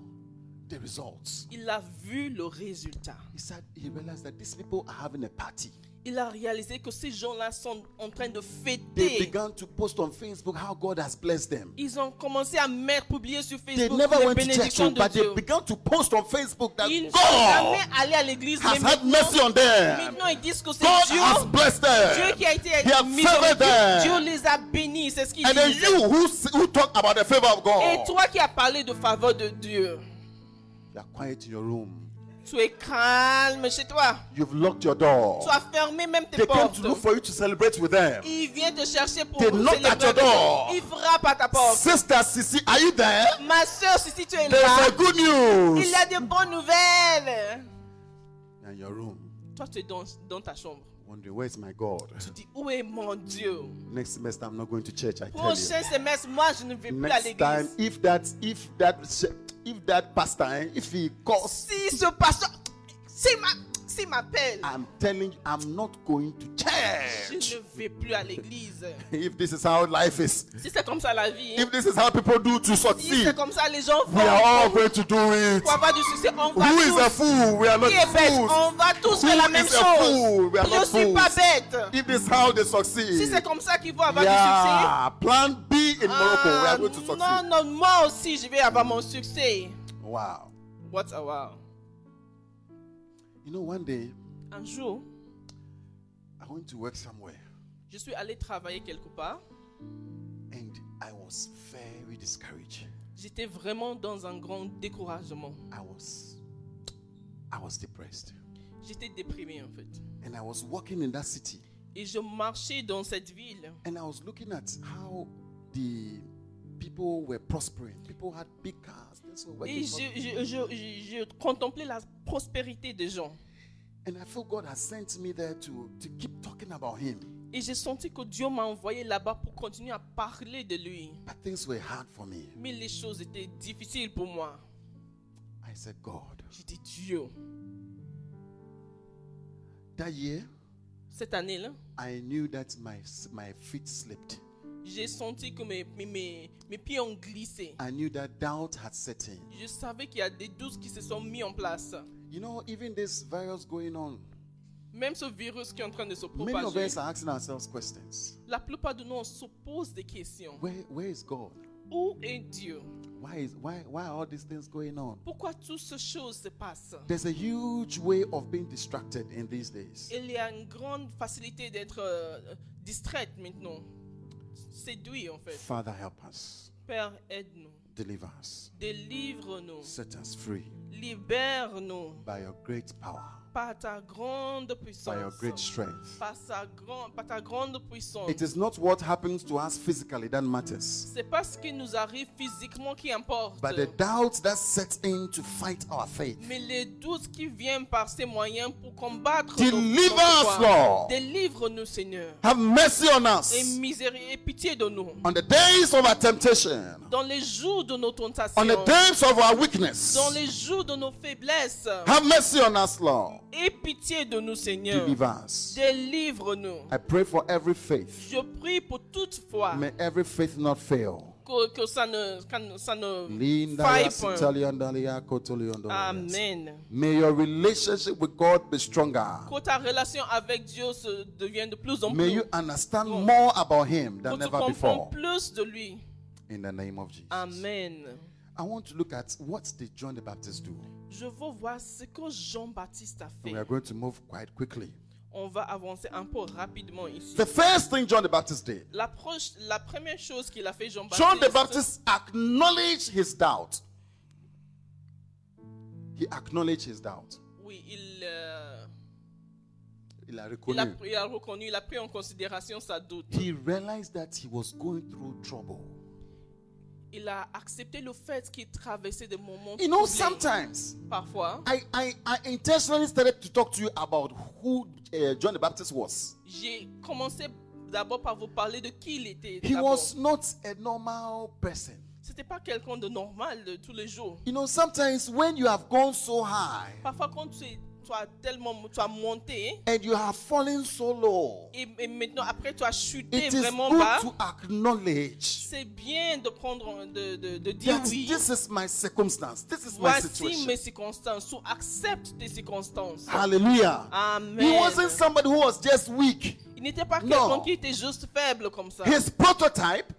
the results. Il a vu le résultat. He said he realized that these people are having a party. Il a réalisé que ces gens-là sont en train de They fêter. began to post on Facebook how God has blessed them. Ils ont commencé à mettre, publier sur They Facebook never les went to church, bénédictions oh, de but they Dieu. began to post on Facebook that Ils ne sont jamais God allés à l'église. has mais had maintenant- mercy on them. Maintenant, ils disent que c'est God Dieu, has blessed Dieu them. qui a été He has favored miséricordieux. them. Dieu les a bénis, c'est ce qu'ils And then disent. you oh. who, s- who talk about the favor of Et God, toi qui as parlé de faveur de Dieu, you are quiet in your room. tu es calme chez toi. You've locked your door. Tu as fermé même tes They came portes. to look for you to celebrate with them. Il vient te chercher pour They vous knock célébrer at your avec door. toi. Il frappe à ta porte. Sister Sissy, are you there? Ma soeur, si tu es There's là, a good il news. y a de bonnes nouvelles. In your room, Toi, tu es dans, dans ta chambre. wondering, where's my God? Tu dis, où est mon Dieu Next semester, I'm not going to church. I tell you. Prochain semestre, moi, je ne vais plus à Next time, l'église. if that, if that, if that pastor, eh, if he calls, Si ce pasteur, s'il m'a- s'il m'appelle, I'm telling you, I'm not going to je church. ne vais plus à l'église. If this is how life is, Si c'est comme ça la vie, hein, if this is how people do to si succeed, c'est comme ça les gens we are all vont, going to do it. pour avoir du succès, on va Who is a tous. fool? We are not Qui est bête, fools. on va tous Who faire la même is a fool? chose. We are Je not suis pas fools. bête. If this is how they Si succeed, c'est comme ça qu'ils vont avoir du succès, yeah. Plan B in Morocco, we ah, are going to succeed. non, non, moi aussi je vais avoir mon succès. Wow. What a wow. You know, one day Un jour, I went to work somewhere Je suis allé travailler quelque part. and I was very discouraged. J'étais vraiment dans un grand découragement. I was I was depressed. J'étais déprimé en fait. And I was walking in that city Et je marchais dans cette ville and I was looking at how the people were prospering. People had big cars. Things were et working. je, je, je- je- je contemplais la prospérité des gens. And I felt God has sent me there to, to keep talking about Him. Et j'ai senti que Dieu m'a envoyé là-bas pour continuer à parler de lui. But things were hard for me. Mais les choses étaient difficiles pour moi. I said, God, J'ai dit Dieu. that year Cette année-là, I knew that my, my feet slipped. j'ai senti que mes, mes- mes, mes pieds ont glissé. I knew that doubt had set in. Je savais qu'il y a des doutes qui se sont mis en place. You know, even this virus going on, Même ce virus qui est en train de se many of us propager, are asking ourselves questions. la plupart de nous on se pose des questions. Where, where is God? Où est Dieu Why is why why are all these things going on? Pourquoi toutes ces choses se passent There's a huge way of being distracted in these days. Il y a une grande facilité d'être euh, distraite maintenant. Séduit en fait. Father, help us, Père, aide-nous. deliver us, Délivre-nous. set us free Libère-nous. by your great power, Par ta grande by your puissance. great strength. Par, sa grand- par ta grande puissance. It is not what happens to us physically that matters, C'est pas ce qui nous arrive physiquement qui importe. but the doubt that sets in to fight our faith. Mais les doutes qui viennent par ces moyens pour combattre. nos- Deliver notre us, foi. Lord. Délivre-nous, Seigneur. Have mercy on Et us miséricorde et pitié de nous. on the days of our temptation, Dans les jours de nos tentations. on the days of our Dans weakness. les jours de nos faiblesses. Have mercy on us, Lord. Aie pitié de nous, Seigneur. Deliver us. Délivre-nous. I pray for every faith. Je prie pour toute foi May every faith not fail. que, que ça ne, que ça ne Linda faille point. yasitaliandalia kotoliandalia. Amen. May your relationship with God be stronger. Que ta relation avec Dieu se devienne de plus en May plus. you understand more about Him Que than tu ever comprends before. plus de lui. In the name of Jesus. Amen. I want to look at what did John the Baptist do. Je veux voir ce que Jean-Baptiste a And we are fait. going to move quite quickly. On va avancer un peu rapidement ici. The first thing John the Baptist did, La, proche- la première chose qu'il a fait, Jean-Baptiste, John the Baptist acknowledged his doubt. He acknowledged his doubt. oui, il, euh, Il a il, a, reconnu. il a reconnu, il a pris en considération sa doute. He realized that he was going through trouble. Il a accepté le fait qu'il traversait des moments You know, troublés. sometimes Parfois, I, I, I intentionally started to talk to you about who uh, John the Baptist was. j'ai commencé d'abord par vous parler de qui il était. He d'abord. was not a normal person. C'était pas quelqu'un de normal de tous les jours. You know, sometimes when you have gone so high Parfois, quand tu, es- tu as tellement tu as monté and you have fallen so low, et, et maintenant après tu as chuté it is vraiment good bas, to acknowledge c'est bien de prendre de, de, de dire that oui. this is my circumstance, this is my Voici mes situation. Ah, circonstances. Ou accepte tes circonstances. Hallelujah. Amen. He wasn't somebody who was just weak. Il n'était pas No. quelqu'un qui était juste faible comme ça. His prototype,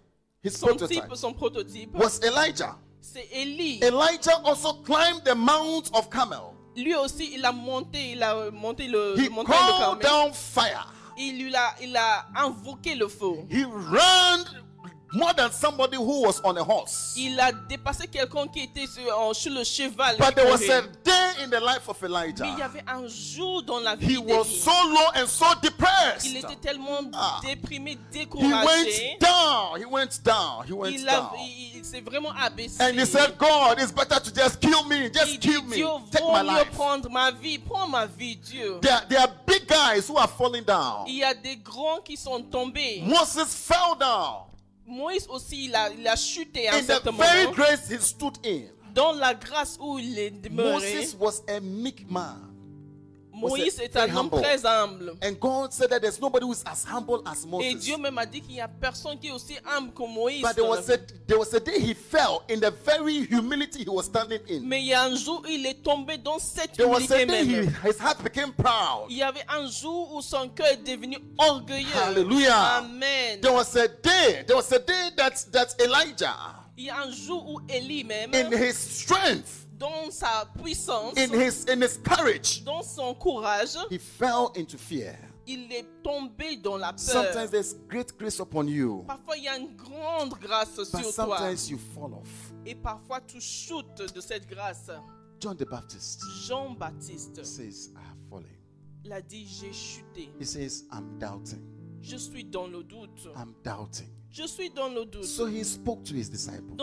his Son type, prototype son prototype, was Elijah. c'est Élie. Elijah also climbed the Mount of Carmel. Lui aussi, il a monté, il a monté le He le montagne de called Carmel. down fire. Il, lui a, il a invoqué le feu. He ran more than somebody who was on a horse. Il a dépassé quelqu'un qui était sur, en- sur le cheval. But there was qui a courait. day in the life of Mais il y Elijah. avait un jour dans la vie He was d'Élie. so low and so Il était depressed. tellement Ah. déprimé, He découragé. went down. He went down. He went Il, a- down. il- il s'est vraiment abaissé. And he said, God, it's better to just kill me. Il Just dit, kill me. Dieu, Take vaut my mieux life. prendre ma vie. Prends ma vie, Dieu. There, there are big guys who are falling down. Il y a des grands qui sont tombés. Moses fell down. Moïse aussi, il a, il a chuté à un In the certain very moment. grace he stood in, Dans la grâce où il est demeuré, Moses was a meek man. Moïse was est very un homme humble. très humble. And God said that there's nobody who is as humble as Et Moses. Dieu même a dit qu'il n'y a personne qui est aussi humble que Moïse. But there was a there was a day he fell in the very humility he was standing in. Mais il y a un jour où il est tombé dans cette There was a humilité day he, même. his heart became proud. Il y avait un jour où son cœur est devenu orgueilleux. Hallelujah. Amen. There was a day, there was a day that that Elijah, Il y a un jour où Élie même, in his strength, dans sa puissance, in his in his courage, dans son courage, he fell into fear. il est tombé dans la peur. Sometimes there's great grace upon you, Parfois, il y a une grande grâce but sur toi. sometimes you fall off. Et parfois, tu chutes de cette grâce. John the Baptist Jean-Baptiste says, I have fallen. l'a dit, j'ai chuté. He says, I'm doubting. Je suis dans le doute. I'm doubting. Je suis dans le doute. So he spoke to his Donc,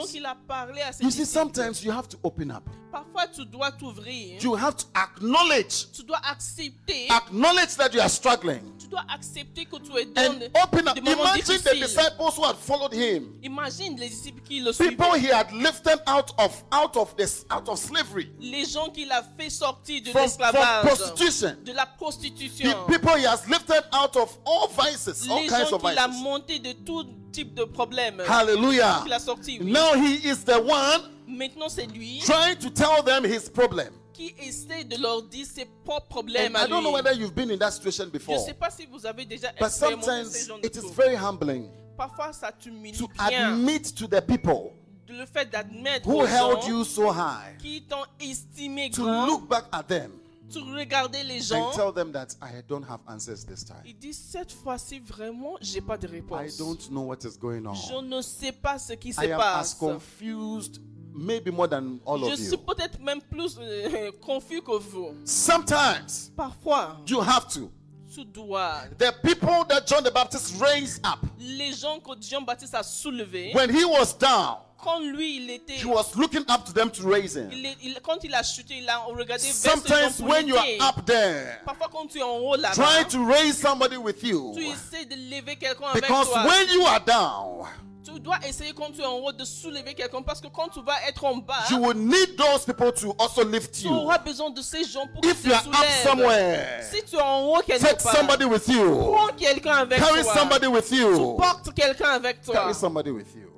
disciples. il a parlé à ses You see, disciples. sometimes you have to open up. Parfois, tu dois t'ouvrir. You have to acknowledge, Tu dois Ah, accepter. acknowledge that you are struggling. Tu dois accepter que tu es dans And des open up. des moments Imagine the difficiles. disciples who had followed him. Imagine les disciples qui le People suivaient. he had lifted out of out of this out of slavery. Les gens qu'il a fait sortir de From, from l'esclavage. prostitution. De la The prostitution. people he has lifted out of all vices, all les kinds gens of qu'il a vices. monté de tout type de problème. Hallelujah. Qu'il a sorti, oui. Now he is the one Maintenant, c'est lui trying to tell them his problem. qui essaie de leur dire ses propres problèmes And à I don't know whether lui. you've been in that situation Je ne before, sais pas si vous avez déjà but expérimenté sometimes ce genre de it is choses. very humbling Parfois, ça t'humilie to bien. admit to the people Le fait d'admettre who aux held gens you so high qui t'ont estimé to grand, look back at them tu regardais les gens. and tell them that I don't have answers this time. Il dit cette fois-ci vraiment, j'ai pas de I réponse. don't know what is going Je on. ne sais pas ce qui se I am as passe. confused, maybe more than all Je of suis you. peut-être même plus euh, confus que vous. Sometimes Parfois, you have to. tu dois. The people that John the Baptist raised up Les gens que Jean-Baptiste a soulevés, when he was down, quand lui il était, he was looking up to them to raise him. il est- il- quand il a chuté, il a regardé vers ses gens Sometimes pour when you are l'aider. up there, Parfois quand tu es en haut try là-bas, to raise somebody with tu you. essaies de lever quelqu'un avec Because toi. when you are down, Tu dois essayer quand tu es en haut de soulever quelqu'un parce que quand tu vas être en bas, you will need those people to also lift tu you. auras besoin de ces gens pour If you qu'ils te are up soulèvent. somewhere, Si tu es en haut quelque take part, somebody with you. prends quelqu'un avec Carry toi. somebody with you. Porte quelqu'un avec toi. Carry somebody with you.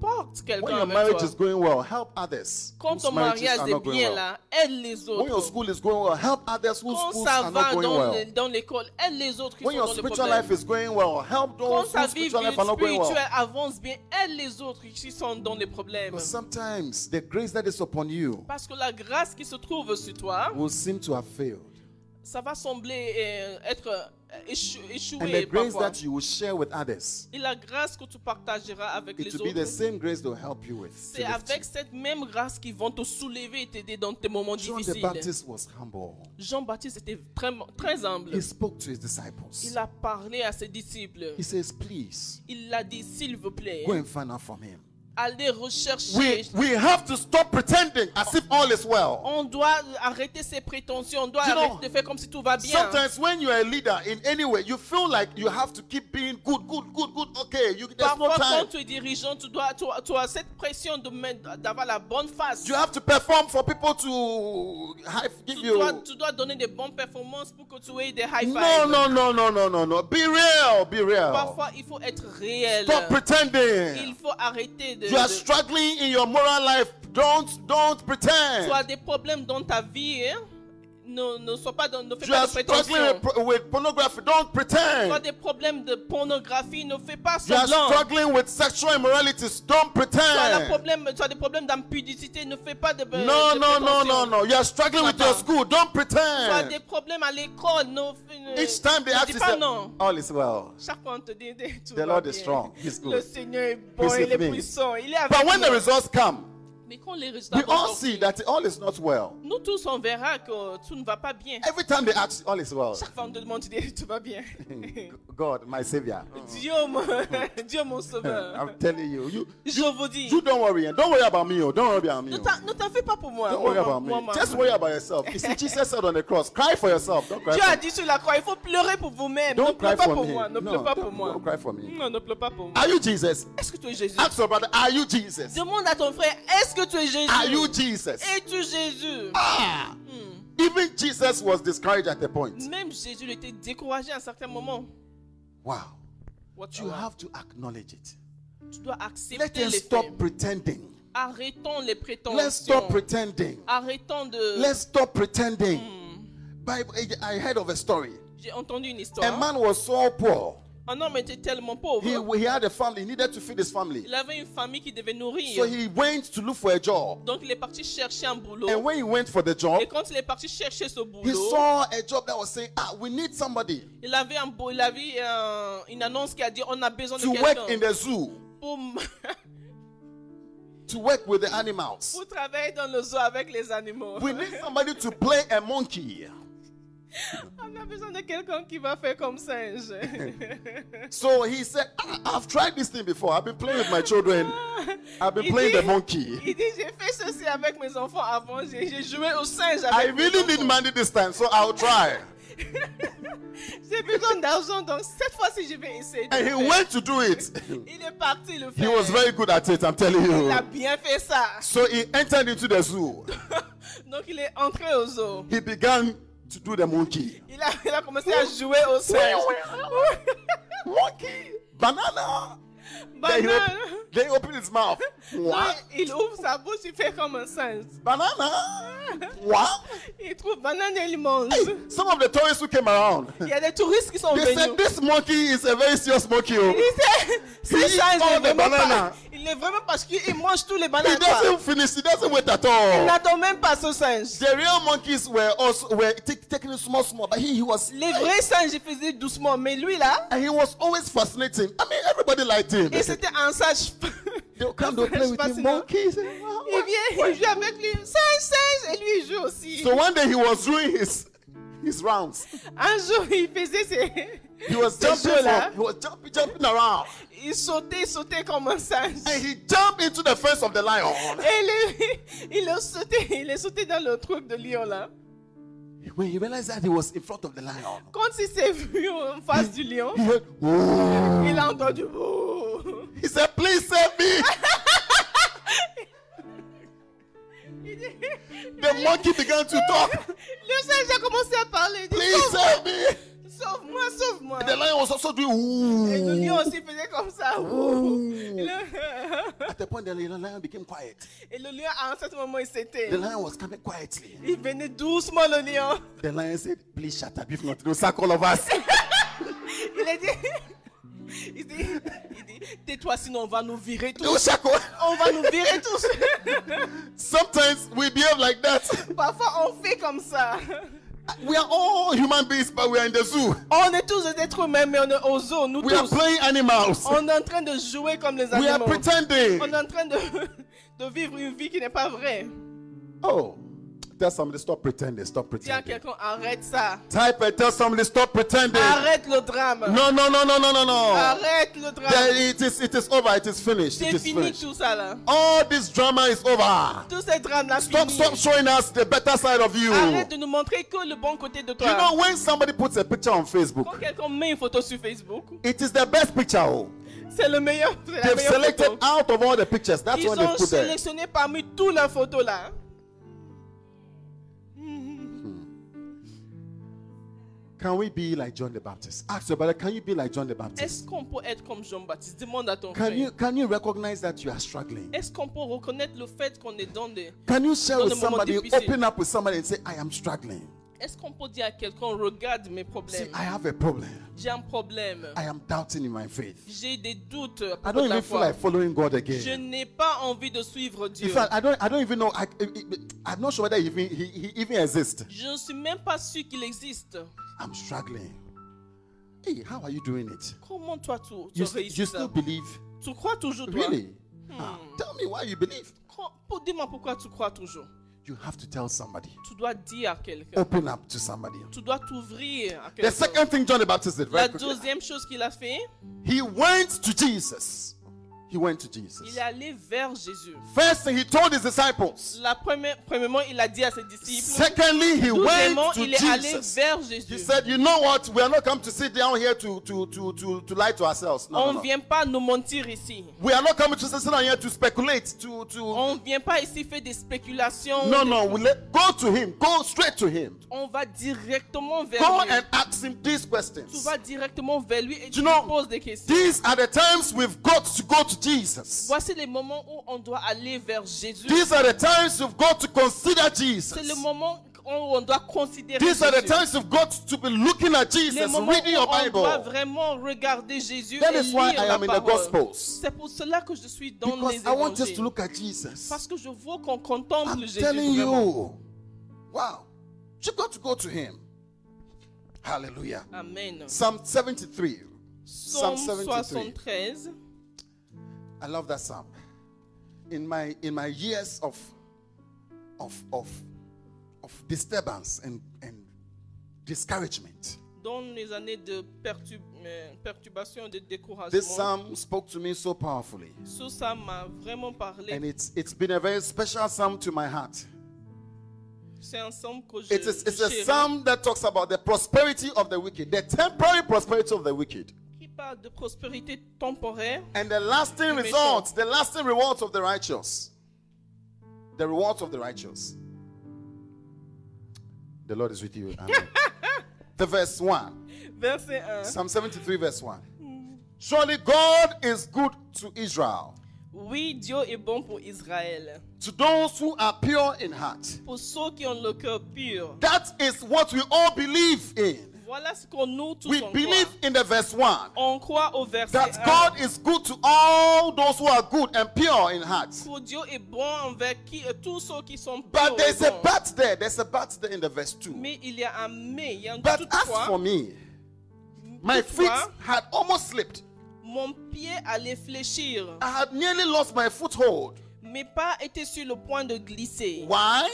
Porte When quelqu'un your avec marriage toi. is going well, help others. Quand whose ton marriages mariage are est not going bien well. là, aide les When your autres. school is going well, help others whose Quand schools ça are not va going dans well. le- dans l'école, aide les autres qui When sont your dans le spiritual life problème. is going well, help Quand those ta whose vie spiritual life are not going well. spirituelle avance bien, aide les autres qui sont dans les problèmes. But sometimes the grace that is upon you Parce que la grâce qui se trouve sur toi, will seem to have failed. ça va sembler euh, être euh, échou- And the échoué grace parfois. that you will share with others, Et la grâce que tu partageras avec it les will be the autres, same grace that will help you with. to c'est lift you. avec cette même grâce qu'ils vont te soulever et t'aider dans tes moments John the difficiles. Baptist was humble. Jean-Baptiste était très, très humble. He spoke to his disciples. Il a parlé à ses disciples. He says, Please Il a dit, s'il vous plaît, go and find out from him. allez rechercher. We, we have to stop pretending as if all is well. On doit arrêter ses prétentions. On doit You know, arrêter de faire comme si tout va bien. Sometimes when you are a leader in any way, you feel like you have to keep being good, good, good, good. Okay, you, there's no Parfois, time. quand tu es dirigeant, tu, dois, tu, tu as cette pression de mettre- d'avoir la bonne face. You have to perform for people to high, give tu, dois, you. tu dois donner des bonnes performances pour que tu aies des high fives. No, no, no, no, no, no, no. Be real, be real. Parfois, il faut être réel. Stop Il pretending. faut arrêter de. You are de- struggling in your moral life. Don't, don't pretend. tu as des problèmes dans ta vie. hein. Ne, ne sois pas dans, ne fais You pas are de prétention. struggling with, with pornography. Don't Tu as pretend. des problèmes de pornographie. Ne fais pas You are semblant. struggling with sexual immoralities. Don't Tu as, des pretend. problèmes, tu as des problèmes d'impudicité. Ne fais pas de. de No, no, no, prétention. no, no. You are struggling with your Papa. school. Don't Tu as des pretend. problèmes à l'école. Ne, ne- Each time they ne ask dis you, pas say, non. all is well. Chaque fois, on te dit, tu The vas Lord bien. is strong. He's good. Le Seigneur est bon, He's il with est me. puissant. Il est avec But when nous. the results come, Mais quand les résultats we vont all sortir, see that all is not well. nous tous, on verra que tout ne va pas bien. Every time they ask, all is well. Hmm. Chaque fois, on te demande, tu dis, tout va bien. God, my Savior. Hmm. Dieu, mon, Dieu, mon sauveur. I'm telling you, you, Je vous dis, you don't worry. Don't worry about me. oh, Don't worry about me. ne oh. t'en- ne t'en fais pas pour moi. Don't worry Moi, about moi, me. moi. Just worry about yourself. You see, Jesus said on the cross, cry for yourself. Don't cry Dieu for a me. dit sur la croix, il faut pleurer pour vous-même. Ne Don't cry pleure pas for pour me. moi. Ne No, pleure pas don't- pour moi. don't cry for me. Ah. Non, ne pleure pas pour moi. Are you Jesus? Est-ce que tu es Jésus? Ask your brother, are you Jesus? Demande à ton frère, est-ce que tu es Are you Jésus? Jesus? Es-tu Jésus? Ah! Even Jesus was discouraged at a point. Même Jésus était découragé à un certain moment. Wow. What You the- have to acknowledge it. tu dois Ah. Let accepter les us stop faits. pretending. Arrêtons les prétentions. Let's stop pretending. Arrêtons de. Let's stop pretending. Bible, I heard of a story. J'ai entendu une A histoire. man was so poor Un homme était tellement pauvre. He, he had a family, he needed to feed his family. Il avait une famille qui devait So nourrir. he went to look for a job. Donc il est parti chercher un boulot. And when he went for the job, Et quand il est parti chercher ce he boulot, saw a job that was saying, ah, we need somebody il avait, un beau, il avait euh, une annonce qui a dit on a besoin de to work in quelqu'un the zoo, pour, m- to work with the animals. pour travailler dans le zoo avec les animaux. We need somebody to play a monkey. On a besoin de quelqu'un qui va faire comme singe. So he said, ah, I've tried this thing before. I've been playing with my children. I've been Il playing the dit- monkey. Il dit j'ai fait ceci avec mes enfants avant, j'ai j'ai joué au singe I avec mes really need enfants. money this time, so I'll try. J'ai besoin d'argent donc cette fois-ci je vais essayer. de And le he faire. went to do it. Il est parti le He faire. was very good at it, I'm telling Il you. a bien fait ça. So he entered into the zoo. Donc il est entré au zoo. He began to do the monkey. Il a, il a commencé à jouer au singe. monkey, banana. Then he, Banane. op- then he opened his mouth. Donc, What? il ouvre sa bouche, il fait comme un singe. Banana. What? Il trouve banane et il mange. Some of the tourists who came around, Il y a des touristes qui sont they said venus. this monkey is a very serious monkey. oh. Il dit, He c'est eats singe, all il est the vraiment banana. pas- il est vraiment parce qu'il mange tous les He bananes. quoi. doesn't finish. He doesn't wait at Il all. n'attend même pas ce singe. The real monkeys were also were ta- taking it small, small, but he, he was Les vrais singes, ils faisaient doucement, mais lui là, and he was always fascinating. I mean, everybody liked him. et c'était un singe. They'll come, they'll un play singe with him. fascinant. Monkeys. eh? Il vient, il joue avec lui, singe, singe, et lui il joue aussi. So one day he was doing his his rounds. Un jour, il faisait ses. He was Ces jumping jeux-là. from, he was jumping, jumping around. Il sautait, sautait comme un singe. And he jumped into the face of the lion. Et le- il a sauté, il est sauté dans le truc de lion là. When he realized that he was in front of the lion, Quand il s'est vu en face du lion, he heard, "Whoa." il a entendu. oh. Ouh He said, Please save me. Il dit- The monkey began to talk. Le singe a commencé à parler. Il dit, Please save Sauve- me. Sauve-moi, sauve-moi. The lion was also doing, Et le lion Ooh. aussi faisait comme ça. Ouh Ooh. Le- At the point, the lion became quiet. Et le lion, à un certain moment, il s'était. The lion was coming quietly. Il venait doucement, le lion. The lion said, Please shut up. If not, they'll sack all of us. Il a dit, il dit, il dit, tais-toi, sinon on va nous virer They'll tous. sack all. On va nous virer tous. Sometimes we behave like that. Parfois, on fait comme ça. We are all human beings, but we are in the zoo. On est tous des êtres humains, mais on est aux zoo, nous We are tous. playing animals. On est en train de jouer comme les We are animaux. pretending. On est en train de, de vivre une vie qui n'est pas vraie. Oh, tell somebody stop pretending. Stop Dis à pretending. quelqu'un, arrête ça. Type and tell somebody stop pretending. Arrête le drame. No, no, no, no, no, no, no. Arrête le There- drame. it is, it is over. It is finished. It C'est is fini finished. tout ça là. All this drama is over. Tous ces drames-là Stop, finis. stop showing us the better side of you. Arrête de nous montrer que le bon côté de You toi. know when somebody puts a picture on Quand Facebook, quelqu'un met une photo sur Facebook, it is the best picture. oh. c'est le meilleur. c'est la They've meilleure selected photo. out of all the pictures. That's Ils what they ont put there. sélectionné parmi toutes leurs photos là. Can we be like John the Baptist? Ask your brother, can you be like John the Baptist? Est-ce qu'on peut être comme Jean-Baptiste Demande à ton Can frère. you can you recognize that you are struggling? Est-ce qu'on peut reconnaître le fait qu'on est dans des. Can you share Dans with le moment somebody, difficile. open up with somebody and say, I am struggling. Est-ce qu'on peut dire à quelqu'un regarde mes See, problèmes I have a problem. J'ai un problème. I am doubting in my faith. J'ai des doutes. I à propos don't de la even feel foi. like following God Je again. n'ai pas envie de suivre In Dieu. fact, I don't I don't even know I, I, am not sure whether he even he, he even exists. Je ne suis même pas sûr qu'il existe. I'm struggling. Hey, how are you doing it? Comment toi tu, tu You, st- réussis you ça? still believe? Tu crois toujours toi Really? Hmm. Ah, tell me why you believe. Quand- pour- Dis-moi pourquoi tu crois toujours. You have to tell somebody. Tu dois dire à quelqu'un. Open up to somebody. Tu dois t'ouvrir à Euh, The quelqu'un. second thing John the Baptist did, La very quickly. deuxième chose qu'il a fait, He went to Jesus. He went to il Jesus. est allé vers Jésus. First thing he told his disciples. La première, premièrement, il a dit à ses disciples. Secondly, he Deuxièmement, went to il est allé Jesus. vers He Jésus. said, "You know what? We are not come to sit down here to to to to, to lie to ourselves. No, On no, ne no. vient pas nous mentir ici. We are not coming to sit down here to speculate. To to On ne vient pas ici faire des spéculations. no, no. We let, go to him. Go straight to him. On va directement vers Go lui. and ask him these Tu questions. vas directement vers lui et tu You know, lui poses des questions. These are the times we've got to go to Jesus. Voici les moments où on doit aller vers Jésus. These are the times you've got to consider C'est Jesus. le moment on, on doit considérer. These are the Jésus. times you've got to be looking at Les Jesus, moments reading your où on doit Bible. vraiment regarder Jésus That et is why lire I la am in the parole. Gospels. C'est pour cela que je suis dans Because les I want us évangiles. to look at Jesus. Parce que je veux qu'on contemple I'm Jésus telling vraiment. you. Wow. You've got to go to him. Hallelujah. Amen. Psalm 73. Psalm Psaume 73. 73. I love that psalm. In my in my years of of of of disturbance and and discouragement, Dans les années de pertu- euh, perturbation et de découragement, this psalm spoke to me so powerfully, ce psaume m'a vraiment parlé. and it's it's been a very special psalm to my heart. C'est un psaume que je It is it's a chéris, psalm that talks about the prosperity of the wicked, the temporary prosperity of the wicked, qui parle de prospérité temporaire and the lasting méchant. results, the lasting rewards of the righteous. The rewards of the righteous. The Lord is with you. Amen. the verse 1. Verset 1. Psalm 73, verse 1. Surely God is good to Israel, Oui, Dieu est bon pour Israël, to those who are pure in heart. pour ceux qui ont le cœur pur. That is what we all believe in. Voilà ce qu'on nous tous We on believe croit. in the verse 1 On croit au verset that 1. God is good to all those who are good and pure in heart. Pour Dieu est bon envers qui et tous ceux qui sont But purs. et there's a bons. but there. There's a but there in the verse 2. Mais il y a un mais, il y a un But as toutefois. for me, my feet toutefois, had almost slipped. mon pied allait fléchir. I had nearly lost my foothold. Mes pas étaient sur le point de glisser. Why?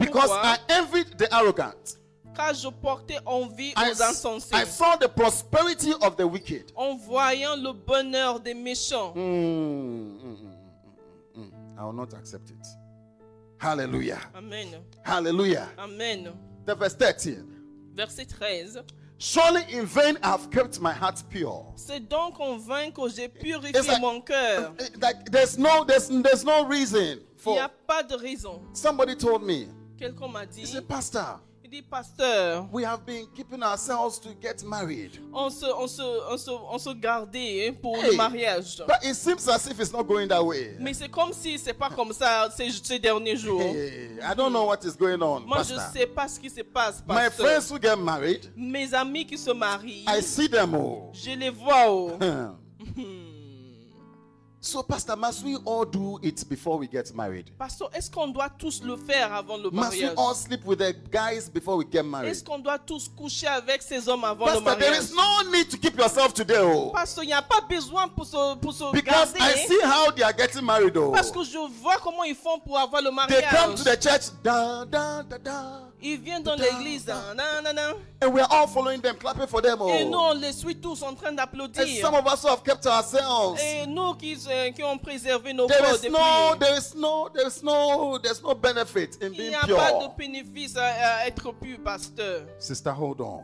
Because Pourquoi? I envied the arrogant. Car je portais envie I, aux insensés. I saw the prosperity of the wicked. En voyant le bonheur des méchants. Mm, mm, mm, mm, mm, mm. I will not accept it. Hallelujah. Amen. Hallelujah. Amen. The verse 13. Verset 13. Surely in vain I've kept my heart pure. C'est donc en vain que j'ai It's purifié like- mon cœur. Eh, Like there's no there's there's no reason Il for n'y a pas de raison. somebody told me. Quelqu'un m'a He dit, said, Pastor, il dit, pasteur, we have been keeping ourselves to get married. on se, on se, on se, on se gardait hein, pour Hey, le mariage. But it seems as if it's not going that way. Mais c'est comme si c'est pas comme ça ces, ces derniers jours. Hey, Eh, I don't know what is going on. Moi, Pastor. je sais pas ce qui se passe, My pasteur. friends who get married, Mes amis qui se marient, I see them all. Hmm. je les vois. oh. so, Pastor, must we all do it before we get married? Pasteur, est-ce qu'on doit tous le faire avant le Must we mariage? all sleep with the guys before we get married? Est-ce qu'on doit tous coucher avec ces hommes avant le Pastor, there mariage? is no need to keep yourself today, oh, Pasteur, il n'y a pas besoin pour se, pour se because garder. I hein. see how they are getting married, oh. Parce que je vois comment ils font pour avoir le They mariage. come to the church, da da da da, Ils viennent dans Da, l'église. da. hein, nan, nan, nan. and we are all following them, clapping for them, Et nous, oh. on les suit tous en train And d'applaudir. some of us who have kept ourselves. Et nous qui, euh, qui ont préservé nos There corps is no, depuis. there is no, there is no, there's no benefit in Il being n'y a pas pure. de bénéfice à, à être pur, pasteur. Sister, hold on.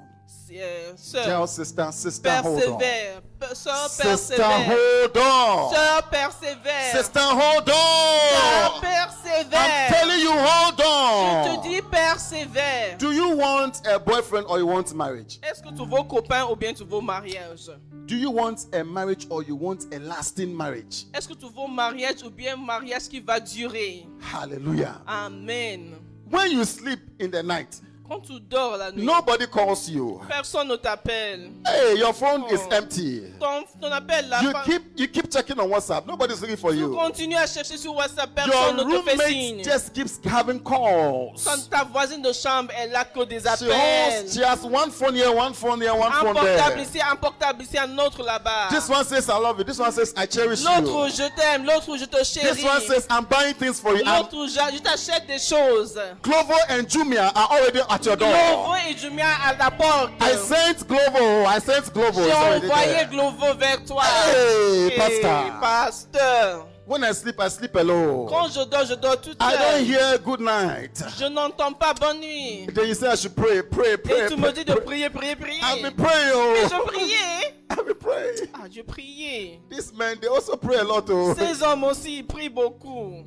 C'est, euh, Tell Sœur, sister, sister, hold on. persévère. Pe- Sœur, Sister, persévère. hold on. Sœur, persévère. Sister, hold Sœur, on. I'm persévère. telling you, hold Je on. te dis, persévère. Do you want a boyfriend or you want marriage? Est-ce que tu veux copain ou bien tu veux mariage? Do you want a marriage or you want a lasting marriage? Est-ce que tu veux mariage ou bien mariage qui va durer? Hallelujah. Amen. When you sleep in the night, Quand tu dors la nuit, nobody calls you. personne ne t'appelle. Hey, your phone is Oh. empty. Ton, ton appel là, You pas- keep you keep checking on WhatsApp. Nobody's looking for tu you. continues à chercher sur WhatsApp, personne Your ne te fait signe. roommate just keeps having calls. Quand ta voisine de chambre, elle a que des She, holds- appels. she has one phone here, one phone here, one Un phone portable there. ici, un portable ici, un autre là-bas. This one says I love you. This one says I cherish L'autre, you. je t'aime. L'autre, je te This one chéris. says I'm buying things for you. I'm, L'autre, je, je t'achète des choses. Glovo and Jumia are already at your Glovo door. et Jumia à la porte. I sent Glovo. I sent Glovo. J'ai It's already envoyé there. Glovo vers toi. Hey, Hey, pastor. pasteur. When I sleep, I sleep alone. Quand je dors, je dors toute I don't seule. hear good night. Je n'entends pas bonne nuit. Then you say I should pray, pray, pray. Et tu me pray, dis de pray. prier, prier, prier. I've Mais been praying. je Oh. priais. I've been praying. Ah, je priais. These men, they also pray a lot. Oh. Ces hommes aussi, ils prient beaucoup.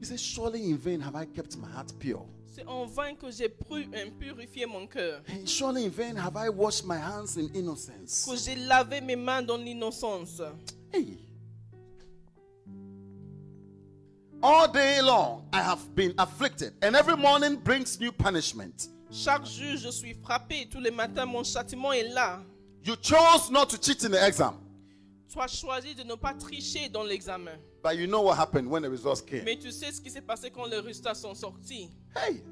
He says, Surely in vain have I kept my heart pure. C'est en vain que j'ai pru- euh, purifié mon cœur. And surely in vain have I washed my hands in innocence. Que j'ai lavé mes mains dans l'innocence. Hey. All day long I have been afflicted, and every morning brings new punishment. Chaque jour, je suis frappé. Tous les matins, mon châtiment est là. You chose not to cheat in the exam, Tu as choisi de ne pas tricher dans l'examen. but you know what happened when the results came. Mais tu sais ce qui s'est passé quand les résultats sont sortis. Hey.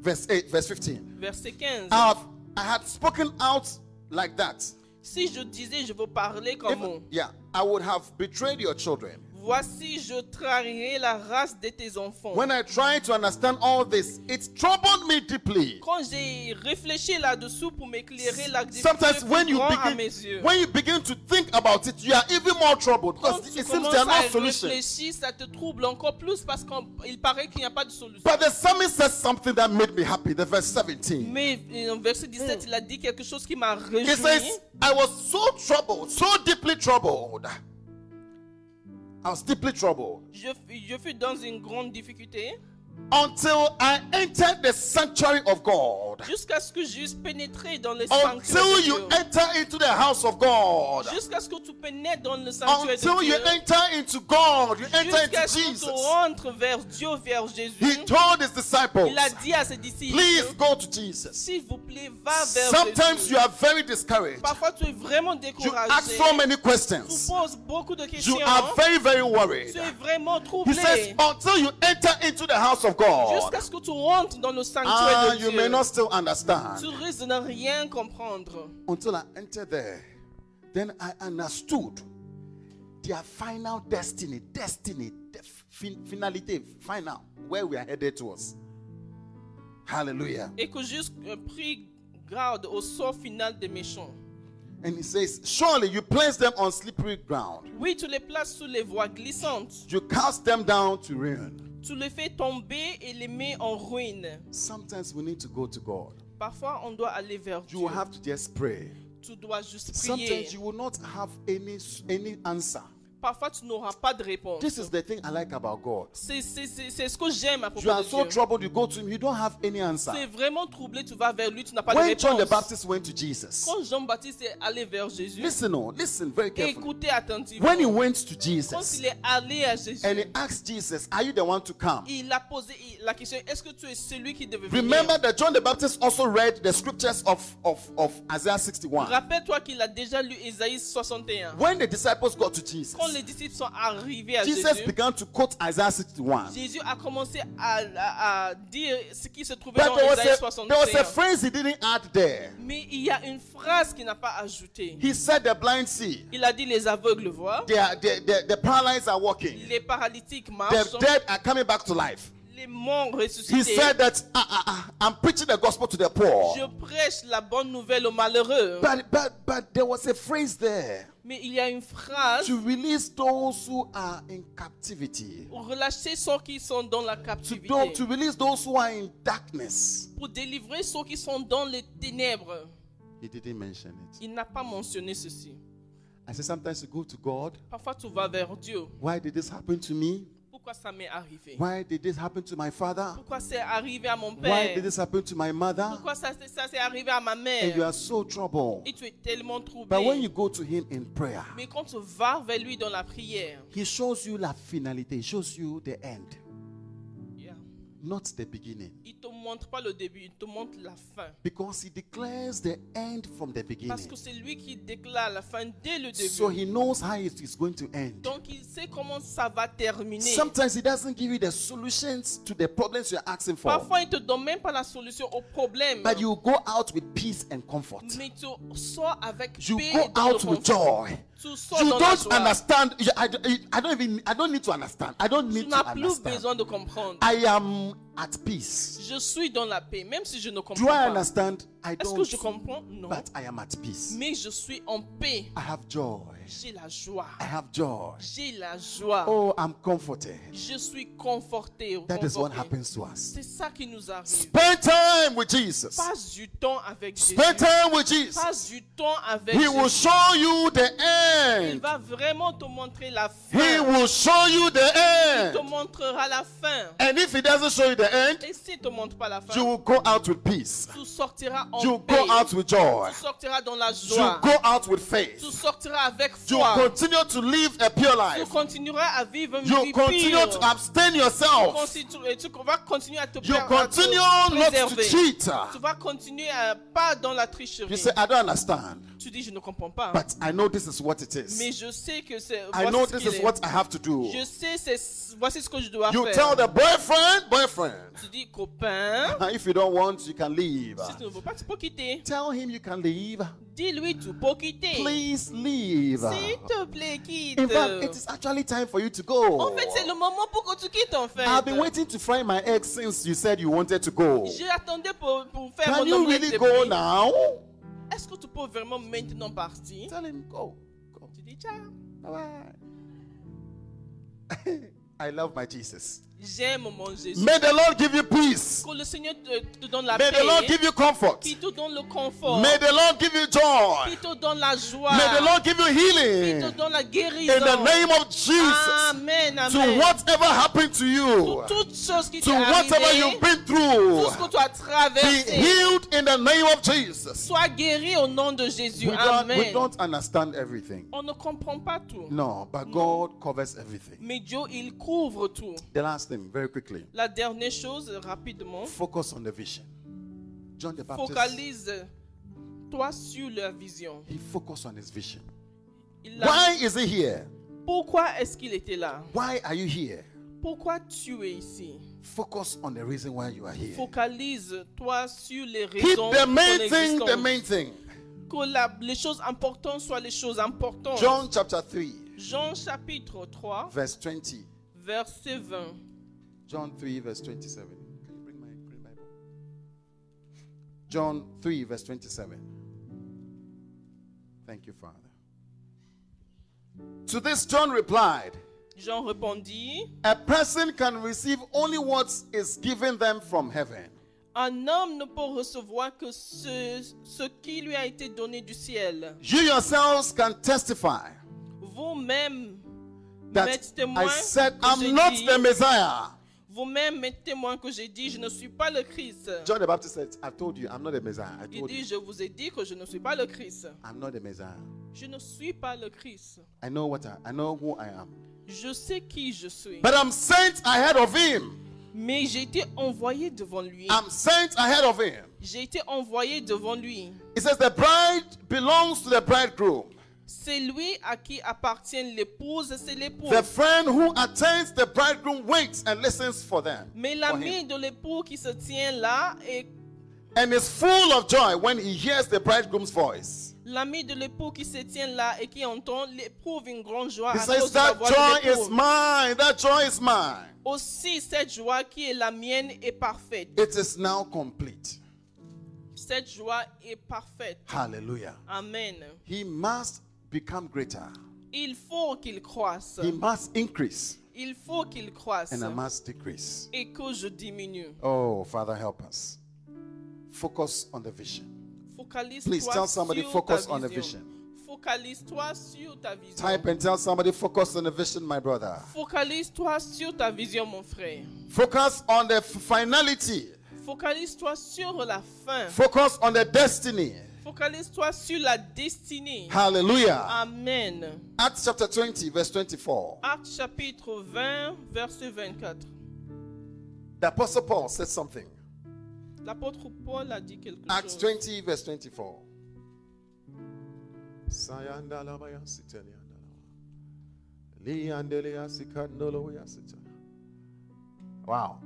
Verse 8, verse 15. Verset 15. I, have, I had spoken out like that. Si je disais, je veux parler If- comme on. yeah, I would have betrayed your children. Voici, je trahirai la race de tes enfants. When I tried to understand all this, it troubled me deeply. Quand j'ai réfléchi là-dessous pour m'éclairer, la Sometimes when you à mes yeux. begin when you begin to think about it, you are even more troubled Quand because tu it seems commences there are à no solutions. réfléchir, ça te trouble encore plus parce qu'il paraît qu'il n'y a pas de solution. But the psalmist says something that made me happy. The verse 17. Mais euh, en verset 17, il a dit quelque chose qui m'a Mm. He réjoui. says, I was so troubled, so deeply troubled. I was deeply troubled. Je, je fus dans une grande difficulté until I entered the sanctuary of God. jusqu'à ce que j'eusse pénétré dans le sanctuaire Until de Dieu. you enter into the house of God. Jusqu'à ce que tu pénètres dans le sanctuaire Until de you Dieu. enter into God, you enter into Jusqu'à ce que tu Jesus. rentres vers Dieu, vers He Jésus. told his disciples, Il a dit à ses disciples, please go to Jesus. s'il vous plaît, va vers Sometimes Jésus. you are very discouraged. Parfois, tu es vraiment You découragé. ask so many Tu questions. poses beaucoup de questions. You are very, very worried. Tu es vraiment He troublé. says, until you enter into the house of God, Jusqu'à ce que tu rentres dans le sanctuaire ah, de you Dieu. may not still Tu understand. risques de ne rien comprendre. until I entered there. Then I understood their final destiny, destiny, the fin- finalité, final, where we are headed towards. Hallelujah. Et que juste euh, pris garde au sort final des méchants. And he says, Surely you place them on slippery ground, Oui, tu les places sous les voies glissantes. you cast them down to ruin. Tu les fais tomber et les mets en ruine. Sometimes we need to go to God. Parfois, on doit aller vers You Dieu. will have to just pray. Tu dois juste prier. Sometimes you will not have any any answer. Parfois, tu n'auras pas de réponse. This is the thing I like about God. C'est c'est- c'est- c'est ce que j'aime à You propos are de so Dieu. troubled, you go to Him, you don't have any answer. Tu es vraiment troublé, tu vas vers lui, tu n'as pas When de John the réponse. Baptist went to Jesus, Quand Jean-Baptiste est allé vers Jésus, listen, oh, listen very carefully. écoutez attentivement. When he went to Quand Jesus il est allé à Jésus, and he asked Jesus, Are you the one to come? il a posé la question est-ce que tu es celui qui devait Remember venir that John the Baptist also read the scriptures of, of, of Isaiah 61. Rappelle-toi qu'il a déjà lu Ésaïe 61. When the disciples got to Jesus, Quand les disciples sont arrivés à Jesus Jésus, began to quote Isaiah 61. Jésus a commencé à, à- à dire ce qui se trouvait But dans there was, Ésaïe a, there was a 61. phrase he didn't add there. Mais il y a une phrase qu'il n'a pas ajoutée. He said, The blind see, Il a dit les aveugles voient, the, the, the, the paralyzed are walking, les paralytiques marchent, the dead are coming back to life. les morts He ressuscités. said that "Ah, ah, ah, I'm preaching the gospel to the poor. Je prêche la bonne nouvelle aux malheureux. But but but there was a phrase there Mais il y a une phrase to release those who are in captivity. pour relâcher ceux qui sont dans la To, tho- captivité, to release those who are in darkness. pour délivrer ceux qui sont dans les ténèbres. He didn't mention it. Il n'a pas mentionné ceci. I said sometimes you go to God. Parfois, tu vas vers Dieu. Why did this happen to me? Pourquoi ça m'est arrivé Why did this happen to my father? Pourquoi c'est arrivé à mon Why père did this happen to my mother? Pourquoi ça, ça s'est arrivé à ma And you mère are so troubled. Et tu es tellement But when you troublé. go to him in prayer, Mais quand tu vas vers lui dans la prière, he shows you la finalité. He shows you the end, yeah, not the beginning. il ne te montre pas le début, il te montre la fin. Because he declares the end from the beginning. Parce que c'est lui qui déclare la fin dès le début. So he knows how it is going to end. Donc il sait comment ça va terminer. Sometimes he doesn't give you the solutions to the problems you're asking for. Parfois, il te donne même pas la solution au problème. But you go out with peace and comfort. Mais tu sors avec You paix go et dans le out with confort. joy. Tu sors You dans la don't joie. understand. You- I, don't- I don't even I don't need to understand. I don't Tu need to n'as plus understand. besoin de comprendre. I am at peace. Je suis dans la paix, même si je ne comprends Do I pas. understand? I Est-ce que don't. je comprends Non. But I am at peace. Mais je suis en paix. I have joy. J'ai la joie. I have joy. J'ai la joie. Oh, I'm comforted. Je suis conforté. That is what conforté. happens to us. C'est ça qui nous arrive. Spend time with Jesus. Passe du temps avec Jésus. Spend time with Jesus. Passe du temps avec He will Jésus. show you the Il end. va vraiment te montrer la fin. He will show you the Il te end. montrera la fin. And if he doesn't show you the the end, Et si tu ne montes pas la fin, you will go out with peace. tu sortiras en You paix. go out with joy. Tu sortiras dans la You joie. go out with Tu faith. sortiras avec You foi. continue to live a pure Tu life. continueras à vivre une You vie continue pure. to abstain Tu yourself. continu- et tu vas continuer à te You faire- à te continue not to préserver. cheat. Tu vas continuer à pas dans la tricherie. You say, I don't understand, tu dis je ne comprends pas. but I know this is what it mais is. je sais que c'est I voici know ce this qu'il is est. what I have to do. Je sais c'est voici ce que je dois You faire. tell the boyfriend, boyfriend, tu dis copain, if you don't want, you can leave. si tu ne veux pas tu peux quitter. Tell him you can leave. Dis-lui tu peux quitter. Please leave. S'il te plaît quitte. In fact, it is actually time for you to En fait c'est le go. moment pour que tu quittes en fait. I've been waiting to find my ex since you said you wanted to go. J'ai attendu pour, pour faire Can mon you omelette really de go riz. now? Est-ce que tu peux vraiment maintenant partir? Tell him go. Go. Tu dis ciao. Bye bye. I love my Jesus. J'aime mon Jésus. May the Lord give you peace. Que le Seigneur te, te donne la May the Lord paix. give you comfort. Qui te donne le confort. May the Lord give you joy. Qui te donne la joie. May the Lord give you Qui te healing. donne la In the guérison. name of Jesus. Amen, To amen. whatever happened to you, Pour toutes choses qui to t'est whatever arrivé, you've been tout through, ce que tu as be traversé, healed in the name of Jesus. sois guéri au nom de Jésus. We don't, we Amen. don't understand everything. On ne comprend pas tout, No, but God covers everything. mais Dieu, il couvre tout. The last thing, very quickly. La dernière chose, rapidement, Focus on the vision. John the Baptist, focalise-toi sur la vision. he focused on his vision. Il a- Why is he here? Pourquoi est-ce qu'il était là? Why are you here? Pourquoi tu es ici? Focus on the reason why you are here. Focalise-toi sur les Keep raisons de the ton main thing the existence. main thing. Que la- les choses importantes soient les choses importantes. John chapter 3, Jean chapitre 3, verse 20. verset 20. John 3, verse 27. Can you bring my green Bible? John 3, verse 27. Thank you, Father. To this, John replied, Jean répondit, A person can receive only what is given them from heaven. un homme ne peut recevoir que ce, ce qui lui a été donné du ciel. You yourselves can testify Vous-même, that Mettez témoin I said, que j'ai I'm not dit- the Messiah. vous-même êtes témoin que j'ai dit, je ne suis pas le Christ. John the Baptist said, I told you, I'm not the Messiah. I Il told dit, you, je vous ai dit que je ne suis pas le Christ. I'm not the Messiah. Je ne suis pas le Christ. I know what I, I know who I am. Je sais qui je suis. But I'm sent ahead of him. Mais j'ai été envoyé devant lui. I'm sent ahead of him. J'ai été envoyé devant lui. It says the bride belongs to the bridegroom. C'est lui à qui appartient l'épouse, c'est l'épouse. The friend who attends the bridegroom waits and listens for them. Mais for him, l'ami de l'époux qui se tient là et and is full of joy when he hears the bridegroom's voice. l'ami de l'époux qui se tient là et qui entend l'éprouve une grande joie He à says, cause de la That voix de joy is l'époux. mine. That joy is mine. Aussi cette joie qui est la mienne est parfaite. It is now complete. Cette joie est parfaite. Hallelujah. Amen. He must become greater. Il faut qu'il croisse. He must increase Il faut qu'il croisse. and I must decrease. Et que je diminue. Oh, Father, help us. Focus on the vision. Focalise-toi Please tell somebody, sur focus ta on the vision. Focalise-toi sur ta vision. Type and tell somebody, focus on the vision, my brother. Focalise-toi sur ta vision, mon frère. Focus on the f- finality. Focalise-toi sur la fin. Focus on the destiny. Focalise-toi sur la destinée. Hallelujah. Amen. Acts chapter 20, verse 24. Acte chapitre 20, verset 24. The Apostle Paul said something. L'apôtre Paul a dit quelque Acts chose. 20, verse 24. Sayandalabaya siteliandalawa. Liandelea sikandoloya sitana. Wow.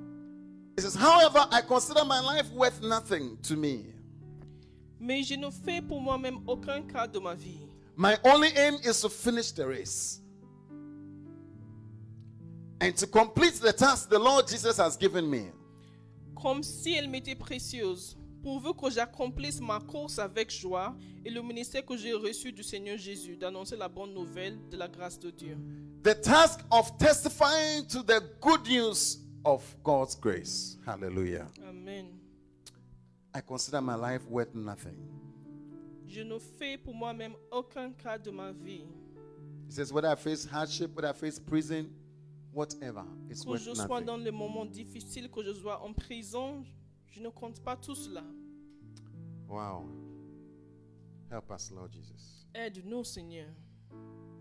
It says, however, I consider my life worth nothing to me. Mais je ne fais pour moi-même aucun cas de ma vie. My only aim is to finish the race and to complete the task the Lord Jesus has given me. Comme si elle m'était précieuse, pourvu que j'accomplisse ma course avec joie et le ministère que j'ai reçu du Seigneur Jésus d'annoncer la bonne nouvelle de la grâce de Dieu. The task of testifying to the good news of God's grace. Hallelujah. Amen. I consider my life worth nothing. Je ne fais pour moi-même aucun cas de ma vie. He says, whether I face hardship, whether I face prison, whatever. It's Que worth je sois nothing. dans les moments difficiles, que je sois en prison, je ne compte pas tout cela. Wow. Help us, Lord Jesus. Aide-nous, Seigneur.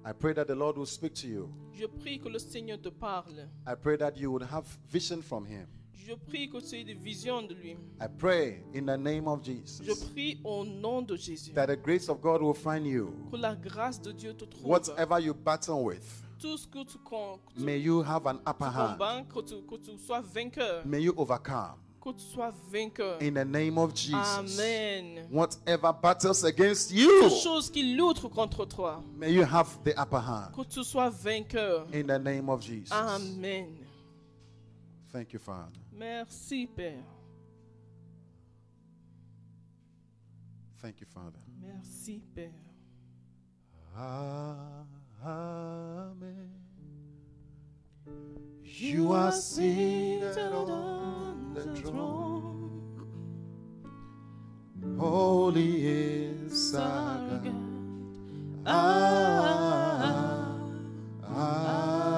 I pray that the Lord will speak to you. Je prie que le Seigneur te parle. I pray that you would have vision from Him. Je prie que tu aies des visions de lui. I pray in the name of Je Jesus prie au nom de Jésus that the grace of God will find you. que la grâce de Dieu te trouve. Whatever you battle with, Tout ce que tu, con- que tu may you have an upper hand. combats, que tu, que tu sois vainqueur. May you overcome Que tu sois vainqueur. Mm. in the name of Jesus. Amen. Whatever battles against Toutes you, choses qui luttent contre toi. may you have the upper hand Que tu sois vainqueur. in the name of Jesus. Amen. Thank you, Father. Merci, Père. Thank you, Father. Merci, Père. Amen. You are seated on the throne. Holy is our God. Ah,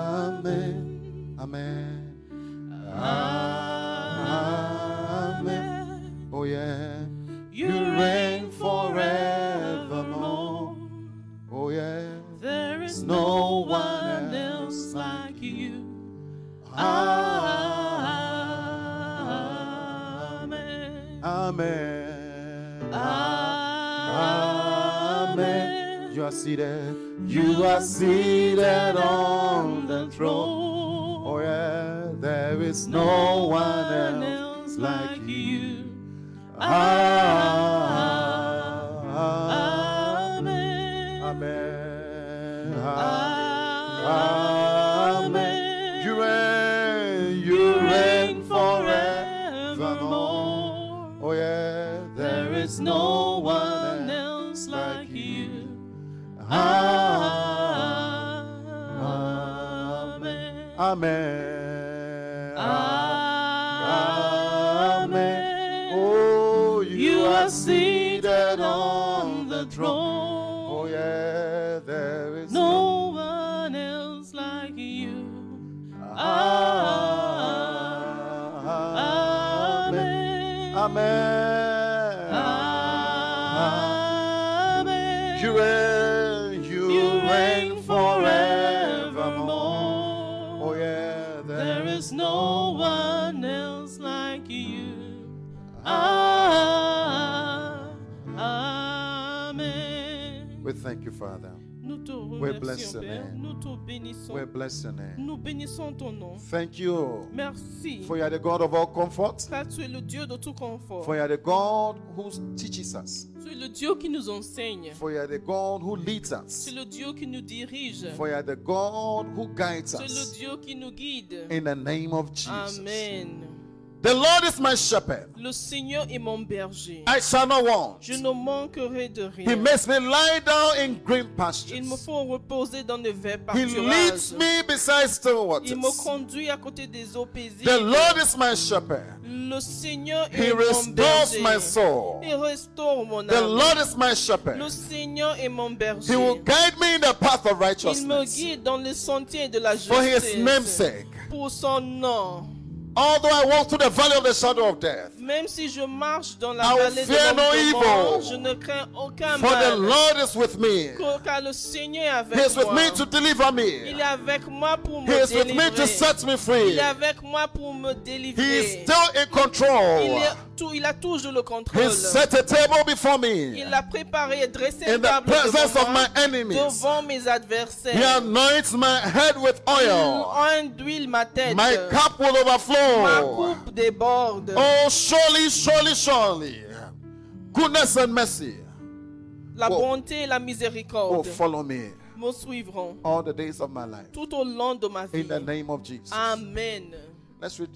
Amen. Amen. Ah, ah, Amen. Oh yeah. You reign forevermore. Oh yeah. There is no one else like you. Ah, Amen. Amen. Amen. Ah, Amen. You are seated. You are seated on the throne. Oh yeah. There is no one else like you. Amen. Amen. Amen. You reign, you reign forevermore. Oh yeah, there is no one else like you. Ah. Amen. Amen. Ah. Amen. Oh, you are seated on the throne. Oh yeah, there is No one else like you. Ah. Amen. Amen. Amen. Amen. You reign, you reign forevermore. Oh yeah, There there is is no one else like you. Ah. Amen. We thank you, Father. Nous te we bless remercions, your Père. name. Nous te bénissons. We bless your name. Nous bénissons ton nom. Thank you, Merci. for you are the God of all comfort. Car tu es le Dieu de tout confort. For you are the God who teaches us. Tu es le Dieu qui nous enseigne. For you are the God who leads Tu us. es le Dieu qui nous dirige. For you are the God who guides Tu es le us. Dieu qui nous guide. In the name of Jesus. Amen. The Lord is my shepherd. Le Seigneur est mon berger. I shall not want. Je ne manquerai de Ah. He rien. makes me lie down in green Il me pastures. faut reposer dans les verts He pâturages. leads me beside still waters. Il me conduit à côté des eaux paisibles. The Lord is my shepherd. Le Seigneur He est mon restores berger. my soul. Il restaure mon The âme. Lord is my Le shepherd. Seigneur est mon berger. He will guide me in the path of Il me righteousness. guide dans les sentiers de la For his name's justice. sake. Pour son nom. Although I walk through the valley of the shadow of death, Même si je marche dans la I will vallée de fear la no mort, evil. je ne crains aucun for the mal. Lord is with me. Car- Car le Seigneur est He avec is with moi. me to deliver Il me. est avec moi pour me He is with me délivrer. to set me Il free. est avec moi pour me He is délivrer. still in Il, control. est tout- il a toujours le contrôle. He set a table before me Il a préparé et dressé in une the table presence devant of moi, my enemies. devant mes adversaires. He anoints my head with oil. Il d'huile ma tête. My cup will ma overflow. coupe déborde. Oh, surely, surely, surely. Goodness and mercy la oh. bonté et la will miséricorde follow me me suivront all the days of my life. tout au long de ma vie. In the name of Jesus. Um, Amen. Let's read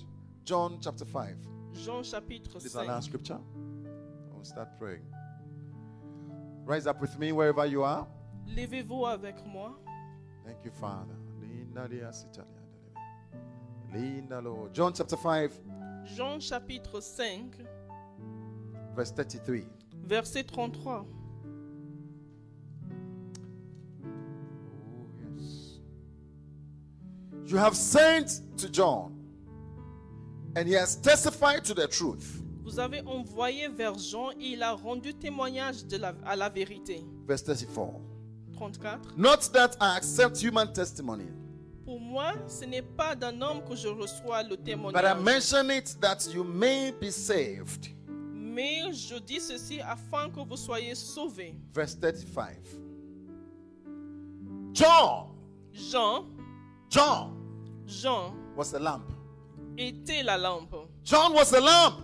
John chapter 5. Jean chapitre This is our 5. last scripture. I'll start praying. Rise up with me wherever you are. Levez-vous avec moi. Thank you, Father. Linda dia sitalia delebe. Linda Lord. John chapter 5, Jean chapitre 5, verse 33. verset 33. Oh, yes. You have sent to John, and he has testified to the truth. Vous avez envoyé vers Jean et il a rendu témoignage de la- à la vérité. Verse 34. 34. Not that I accept human testimony, Pour moi, ce n'est pas d'un homme que je reçois le but I témoignage. mention it that you may be saved. Mais je dis ceci afin que vous soyez sauvés. Verse 35. John, Jean, John Jean was a lamp. était la lampe. John was a lamp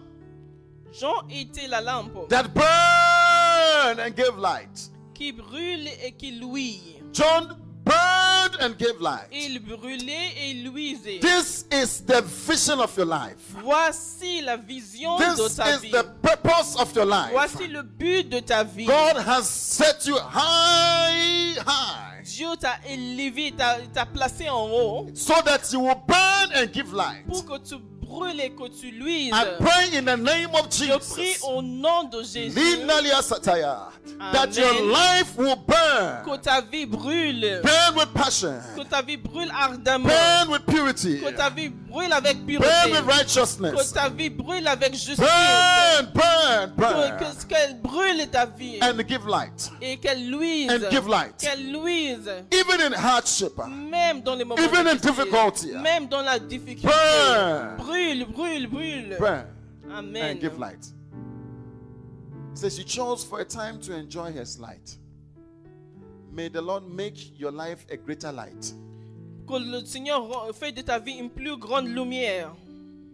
Jean était la lampe that burned and gave light. qui brûle et qui luit. John burned and gave light. Il brûlait et il luisait. This is the vision of your life. Voici la vision This de ta is vie. the purpose of your life. Voici le but de ta vie. God has set you high, high, Dieu t'a élevé, t'a t'a placé en haut so that you will burn and give light. pour que tu brûles et que tu luises. I pray in the name of Je prie Jesus. au nom de Jésus Lina lia sataya, That your Amen. life will burn. que ta vie brûle, Burn with passion. que ta vie brûle ardemment, Burn with purity. que ta vie brûle avec Burn pureté, with que righteousness. ta vie brûle avec justice, Burn, burn, que- burn. que- qu'elle brûle ta vie And give light. et qu'elle luise, and give light. qu'elle luise, Even in hardship. même dans les moments Even in difficiles, difficulty. même dans la difficulté, Burn. brûle, brûle, brûle. Burn. Amen. and give light. He says, You chose for a time to enjoy his light. May the Lord make your life a greater light. Que le Seigneur ren- fait de ta vie une plus grande lumière.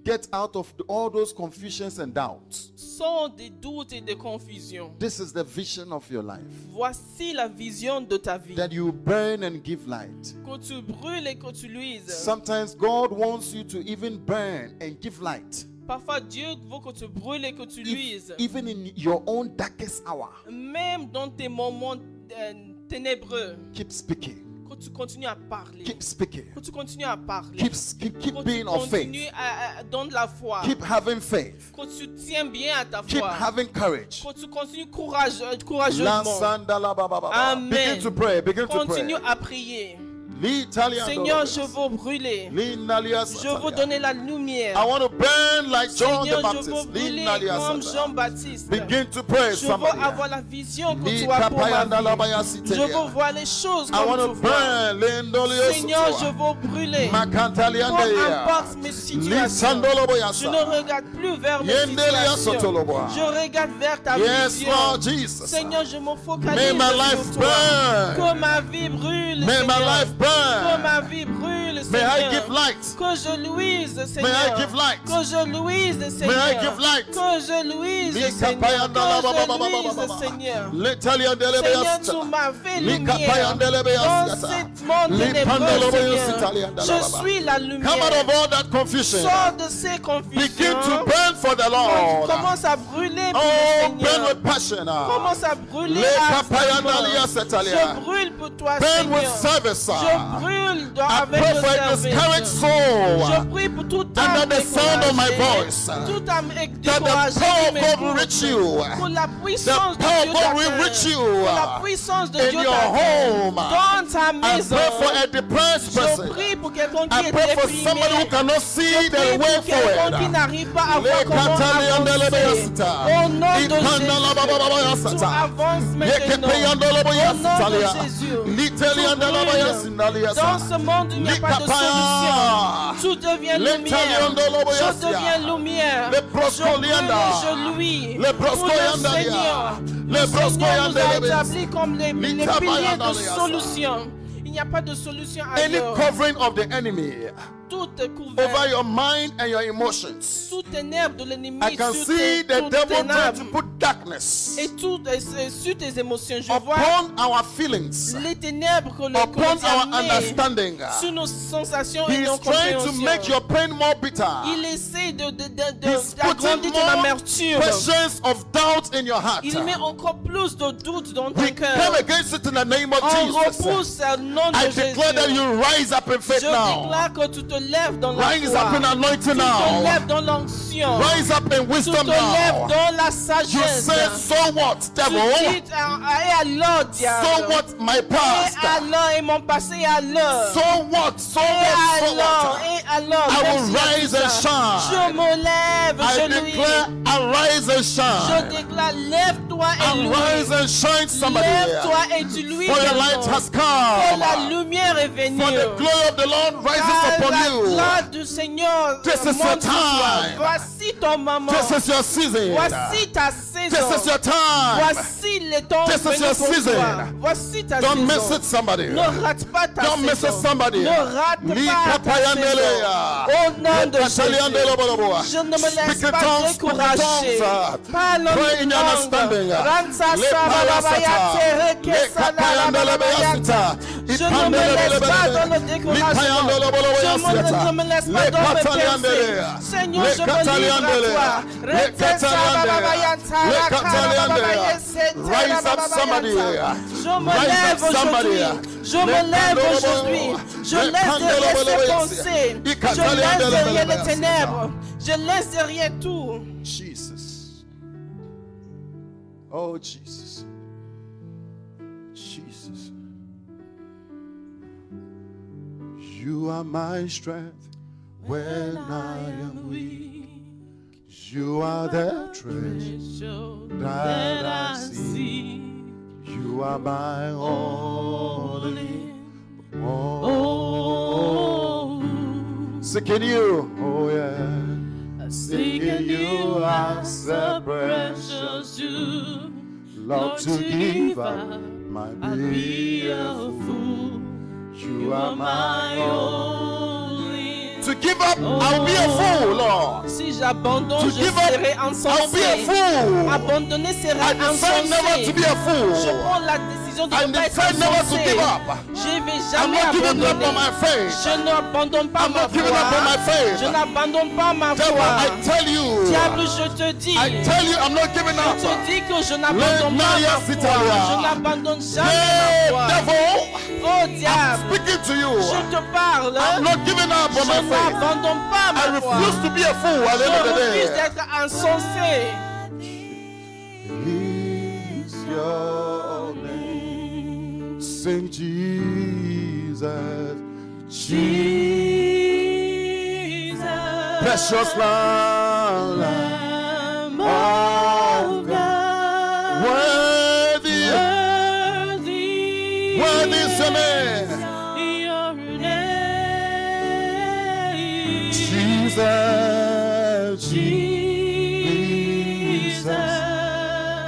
Get out of the- all those confusions and doubts. Sans des doutes et des confusions. This is the vision of your life Voici la vision de ta vie. that you burn and give light. Que tu brûles et que tu luises. Sometimes God wants you to even burn and give light, Parfois, Dieu veut que tu brûles et que tu if- luises. even in your own darkest hour. Même dans tes moments euh, ténébreux, Keep speaking, que tu continues à parler. keep speaking, Que tu continues à parler. keep, keep, que keep tu being of continues faith, à, à- dans de la foi. keep having faith, que tu tiens bien à ta keep foi. having courage. Que tu continues courage, courageusement. Lansandala ba ba ba ba. Amen. Begin to pray. Begin to pray. Continue à prier. L'Italien dolores. Seigneur, je veux brûler. L'Inalia Je Satalia. veux donner la lumière. I want to burn like John the Seigneur, je veux Baptist. brûler L'Inalia comme Satalia. Jean-Baptiste. Begin to pray, Je veux avoir somebody. la vision que tu as pour ma vie. Likapayandalabaya Je veux Sitalia. voir les choses I want comme to tu vois. burn. Lindolio Seigneur, je Sotua. veux brûler. Peu Makantaliandeya. importe mes situations. Je ne Lisandoloboyasa. regarde plus vers mes Yendelia situations. Sotoloboa. Je regarde vers ta Yes, vision. Lord Jesus. Seigneur, je me May focalise my sur life toi. burn. Que ma vie brûle, May my Seigneur. life Que ma burn. vie brûle, May Seigneur. I give light. Que je luise, Seigneur. I give light. Que je luise, Seigneur. give light. Que je luise, Seigneur. Que je luise, Seigneur. Seigneur, tu m'as fait lumière dans cette monde ténébreux, Seigneur. Je suis la Come out of lumière. all that confusion. Sors de ces Begin to confusions. burn for the Lord. Commence à brûler pour Oh, le burn Seigneur. with passion. Commence à Les brûler à papayanalia, ce moment. c'est-à-dire. Je brûle pour toi, Burn with Seigneur. service. Je brûle dans- I avec pray le for a discouraged service. Je soul prie pour toute Under âme the sound of my découragée, voice, toute âme that the découragée power qui of God will reach m'écoute. you. Que la The puissance de power Dieu of God will t'atteint. reach Que la you. puissance de in Dieu your t'atteint. home. Dans ta I maison. pray for a depressed Je person. prie pour quelqu'un qui I est pray for déprimé. somebody who cannot Je see prie the way pour quelqu'un qui forward. n'arrive pas à voir Les comment avancer. Au nom de Jésus, tu avances maintenant. Dans ce monde, il n'y a pas de Likapaya. solution. Tout devient lumière. Letaliandoloboyasia. Je deviens lumière. Je Leproscolianda. brûle, je luis. Pour le Leproscoyandalia. Seigneur. Le Seigneur nous a Leproscoyandelebes. établis comme les, les piliers de Litabayandalia. solution. Il n'y a pas de solution Any ailleurs. covering of the enemy Tout est over couvert. your mind and your emotions. Tout est nerf de l'ennemi. I can sur see tes- the sur devil tes trying âmes. to put darkness Et tout est- c'est sur tes émotions. Je vois upon our feelings, les ténèbres que le que upon le our diable met understanding. sur nos sensations He et nos is trying to make compréhensions. your pain more bitter. Il essaie de, de, de, He's de- putting d'agrandir ton more amertume. questions of doubt in your heart. Il met encore plus de doutes dans ton We cœur. come against it in the name of On Jesus. repousse le nom de I Jésus. declare that you rise up in Je faith now. déclare que tu te lèves dans la Rise up in foi. anointing Tu te now. lèves dans l'onction. Rise up in Tu wisdom te lèves now. dans la You said, sagesse. so what, Tu devil? dis à- à- et alors, So diable. what, my Et pastor? alors, et eh, mon passé Eh, et alors. So what? So Et what? So alors, what? et alors. I même will si y a rise tout and ça, shine. Je me lève, I je declare, louis. arise and Je shine. déclare, lève-toi et Arise louis. and shine, somebody. Lève-toi For et tu louis. your mon light nom. has Que la come. lumière est venue. For the glory of the Lord rises Car la upon gloire du Seigneur This is your monte sur toi. time. Voici ton you. moment. This is your season. Voici ta saison. This is your time. Voici le temps This is venu your pour season. toi. Voici ta Don't miss saison. it, somebody. Ne rate pas ta Don't miss saison. it, somebody. Ne rate pas ta saison. Au nom de Jésus. Je ne me laisse Speak in pas tongues, speak in décourager. tongues. Parle en Pray in your langue. understanding. Ransa Le sarabaya parasata. tereke Le sarabaya. kapayandelebeasita. Je ne me laisse pas dans le découragement. Je me- ne me laisse pas dans le péché. Seigneur, je me livre à toi. Rete sarabaya, sarabaya, Rise up somebody. Je me lève aujourd'hui. Je me lève aujourd'hui. Je laisse derrière ces pensées. Je laisse derrière les ténèbres. Je laisse derrière tout. Jesus. Oh, Jesus. Jesus. You are my strength when I am weak. You are the treasure that I see. You are my only. Oh. Seeking you. Oh, yeah. Seeking you as a precious Love to give up my beautiful. You are my only. To give up, I'll be a fool, Lord. Si j'abandonne, To je give up, I'll serai be a insensé. fool. I Abandonner serait decide never to be insensé. a Je fool. prends la décision de I ne pas être decide never to insensé. give up. Je ne vais I'm jamais not giving up on abandonner. my faith. Je n'abandonne pas I'm ma not giving up on my foi. faith. Je n'abandonne pas ma Devil, I foi. tell you. Diable, je te dis. I tell you, I'm not giving Je te up. dis que je Le n'abandonne pas ma Naya foi. Sitalia. Je n'abandonne jamais Hey, ma foi. devil, Oh diable, speaking to je you. te parle. I'm not giving up Je on my faith. n'abandonne I pas ma foi. refuse to be a fool at the Je end of the refuse day. d'être insensé. Is your name. Sing Jesus. Jesus. Precious Lamb. of God. Worthy. Worthy is your name. Jesus. Jesus.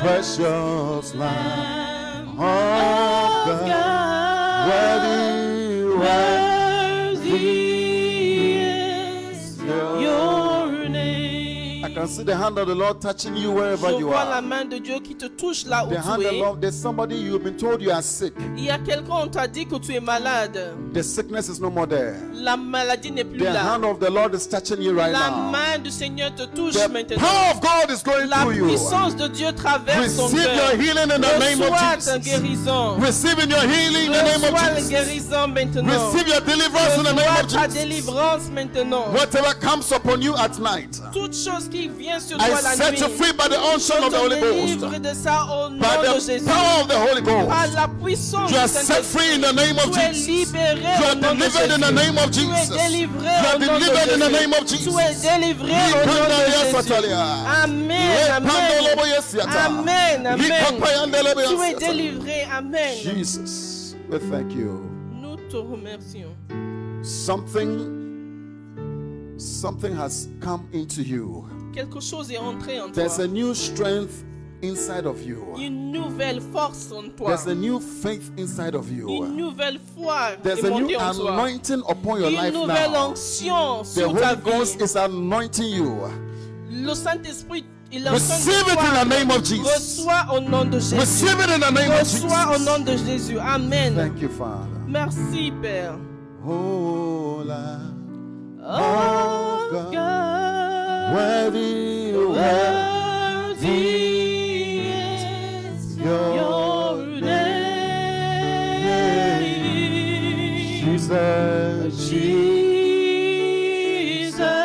Precious Lamb. Of God. Worthy. Worthy. I can see the hand of the Lord touching you wherever Je you vois la are. main de Dieu qui te touche là où The hand tu of the es. Lord, there's somebody you've been told you are sick. Il y a quelqu'un, on t'a dit que tu es malade. The sickness is no more there. La maladie n'est plus The là. hand of the Lord is touching you right La now. main du Seigneur te touche The maintenant. power of God is going La through you. puissance de Dieu traverse ton Receive your cœur. healing in the name Reçois of ta Jesus. guérison. Receiving your healing in the name of Reçois la Jesus. guérison maintenant. Receive your deliverance in the name Reçois ta of Jesus. délivrance maintenant. Whatever comes upon you at night, Toute chose qui vient sur I toi la set nuit, you free by the unction je of the Holy te Ghost. délivre de ça au nom By de the Jésus. power of the Holy Par Ghost. la puissance You are du set Saint-Esprit. free in the name of Tu es Jesus. libéré You au are nom de delivered in the Jésus. name of Tu es Jesus. délivré You are au nom de delivered in the Jésus. name of Tu Jesus. es délivré au nom Lipanda ya de Jésus. satalia. Amen, Lepandolobo amen. yesiata. Amen, amen. Likapayandolobo Tu es yesiata. délivré, amen. Jesus, we thank you. Nous te remercions. Something, something has come into you. Quelque chose est entré en toi. There's a new strength inside of you. Une nouvelle force en toi. There's a new faith inside of Une you. nouvelle foi There's est a new montée en toi. anointing upon your Une life nouvelle now. onction The sur ta Holy vie. Ghost is anointing you. Le Saint-Esprit, il est en train Receive de it in the toi. name of Jesus. Reçois au nom de Jésus. Receive it in the name of Reçois au nom Jesus. de Jésus. Amen. Thank you, Father. Merci, Père. Oh, Lamb Oh, of God, God, worthy, worthy worthy is your your name. Jesus, Jesus, Jesus,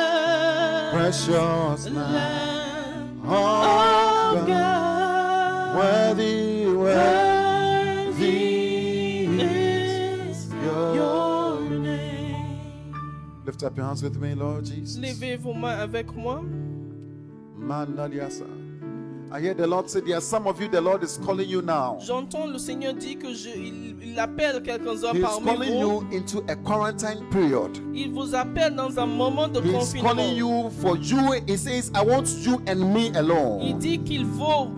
precious Lamb Lamb of God, of God, worthy, worthy worthy is your. your name. Lift up your hands with me, Lord Jesus. Levez vos mains avec moi. Mandaliasa. I hear the Lord say, There are some of you, the Lord is calling you now. J'entends le Seigneur dire que je, il, il appelle quelques-uns He is parmi calling vous. you into a quarantine period. Il vous appelle dans un moment de He is calling confinement. you for you. He says, I want you and me Il alone. dit qu'il faut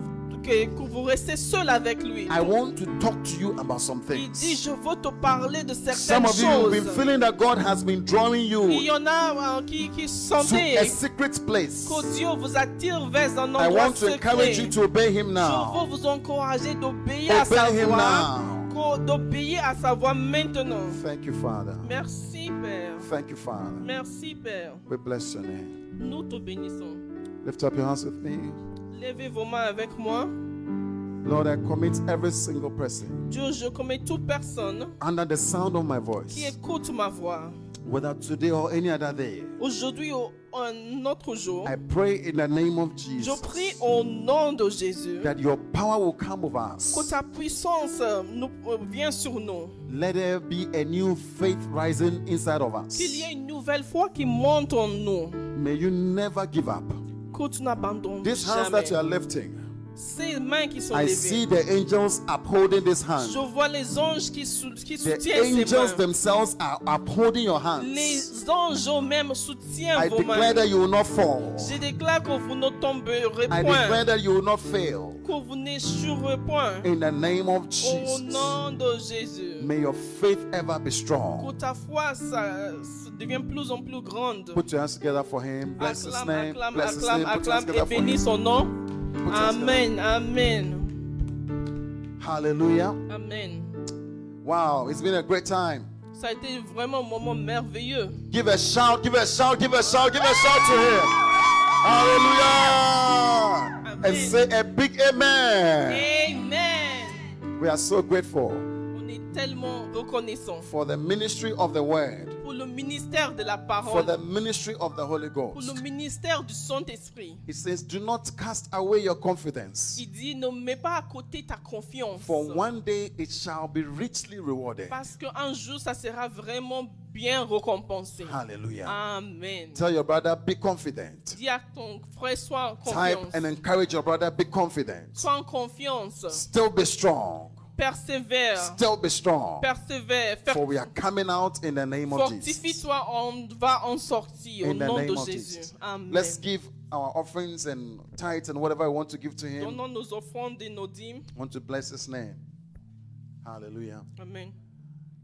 que, que vous restez seul avec lui. I want to talk to you about some Il dit things. je veux te parler de Some certaines of you have been choses. feeling that God has been drawing Il y you en a euh, qui, qui to a sentaient secret place. que Dieu vous attire vers un I endroit want to encourage you secret. to obey Him Je now. veux vous encourager d'obéir à sa Obey Him voix, now. qu'au- d'obéir à sa voix maintenant. Thank you, Father. Merci Père. Thank you, Father. Merci Père. We bless your name. Nous te bénissons. Lift up your hands with me. Levez vos mains avec moi. Lord, I commit every single person Dieu, je commets toute personne under the sound of my qui voice, écoute ma voix whether today or any other day. aujourd'hui ou un autre jour. I pray in the name of Je Jesus prie au nom de Jésus that your power will come over que us. ta puissance euh, nous, euh, vienne sur nous. Let there be a new faith rising inside of us. Qu'il y ait une nouvelle foi qui monte en nous. May you never give up. Que tu n'abandonnes These hands jamais. that you are lifting, Ces mains qui sont I see levées. the angels upholding this hand. Je vois les anges qui, sou- qui The soutiennent ces angels mains. themselves are upholding your hands. Les anges eux-mêmes soutiennent I vos declare mains. that you will not fall. Je déclare que vous ne tomberez I point. declare that you will not fail. que vous n'échouerez point. In the name of Au Jesus. nom de Jésus, May your faith ever be strong. que ta foi ça, ça devient plus en plus grande. Put your hands together for him. Bless his Acclame, name. acclame, Bless his name. acclame, Put your hands acclame et together for him. bénis son nom. Put your hands together. Amen, amen, Hallelujah. amen. Wow, it's been a great time. Ça a été vraiment un moment merveilleux. Give a shout, give a shout, give a shout, give a shout to him. Hallelujah. And say a big amen. Amen. We are so grateful On est tellement reconnaissant for the ministry of the word, pour le ministère de la for parole, the ministry of the Holy pour le Ghost. ministère du Saint-Esprit. He says, Do not cast away your confidence, Il dit ne mets pas à côté ta confiance. for one day it shall be richly rewarded. Parce qu'un jour, ça sera vraiment bien récompensé. Hallelujah. Amen. Tell your brother, be confident. Dis à ton frère, sois en Type and confiance. encourage your brother, be confident. Sois en confiance. Still be strong. Persévère. Still be strong. Persévère. Fer- For we are coming out in the name of Jesus. Fortifie-toi, on va en sortir au In the nom name de of Jésus. Jesus. Amen. Let's give our offerings and tithes and whatever I want to give to him. Donnons nos offrandes et nos dîmes. I want to bless his name. Hallelujah. Amen.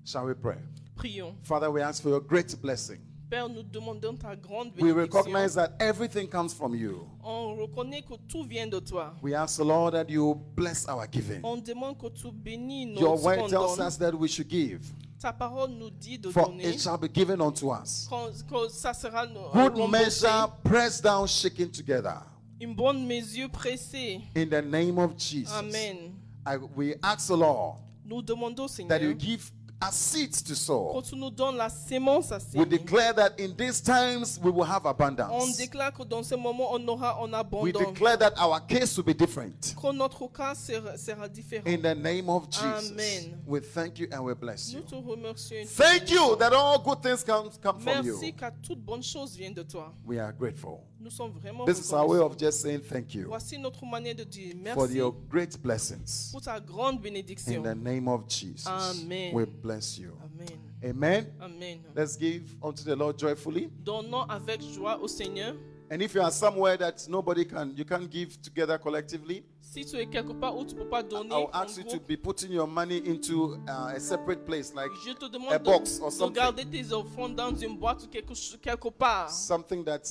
Shall we pray? Prions. Father, we ask for your great blessing. Père, nous demandons ta grande We bénédiction. recognize that everything comes from you. On reconnaît que tout vient de toi. We ask the Lord that you bless our giving. On demande que tu bénis nos Your qu'on word tells donne. us that we should give, Ta parole nous dit de for donner. it shall be given unto us. qu'on- que ça sera no- Good remboursé. measure, pressed down, shaken together. une bonne mesure pressée. In the name of Jesus. Amen. I, we ask the Lord Nous demandons, Seigneur, that you give us seeds to que sow. tu nous donnes la sémence à We semer. declare that in these times we will have On abundance. déclare que dans ce moment, on aura en We abondance. declare that our case will be different. Que notre cas sera, sera différent. In the name of Jesus, Amen. we thank you and we bless Nous you. te remercions. Thank you that all good things come, come from you. Merci car toute bonne chose vient de toi. We are grateful. Nous sommes vraiment This is our way reconnaissants. of just saying thank you Voici notre manière de dire for merci your great blessings. pour ta grande In bénédiction. the name of Jesus, Amen. we bless you. Amen. Amen. Amen. Let's give unto the Lord joyfully. Donnons avec joie au Seigneur. And if you are somewhere that nobody can, you can't give together collectively, Si tu es quelque part où tu ne peux pas donner, I'll en ask you to groupe, be putting your money into uh, a separate place, like je te a demande box or de, de something. garder tes offrandes dans une boîte ou quelque, ch- quelque part something that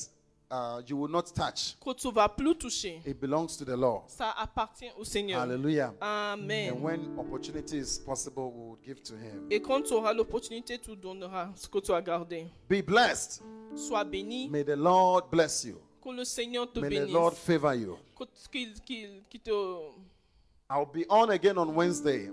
uh, you will not touch. que tu ne vas plus toucher. It belongs to the Lord. Ça appartient au Seigneur. Hallelujah. And Amen. when opportunity is possible, we will give to Him. Et quand tu auras l'opportunité, tu donneras ce que tu as gardé. Be blessed. Sois béni, May the Lord bless you. que le Seigneur te May the Lord bénisse, favor you. que- qu'il qu'il- qu'il te... I'll be on again on Wednesday.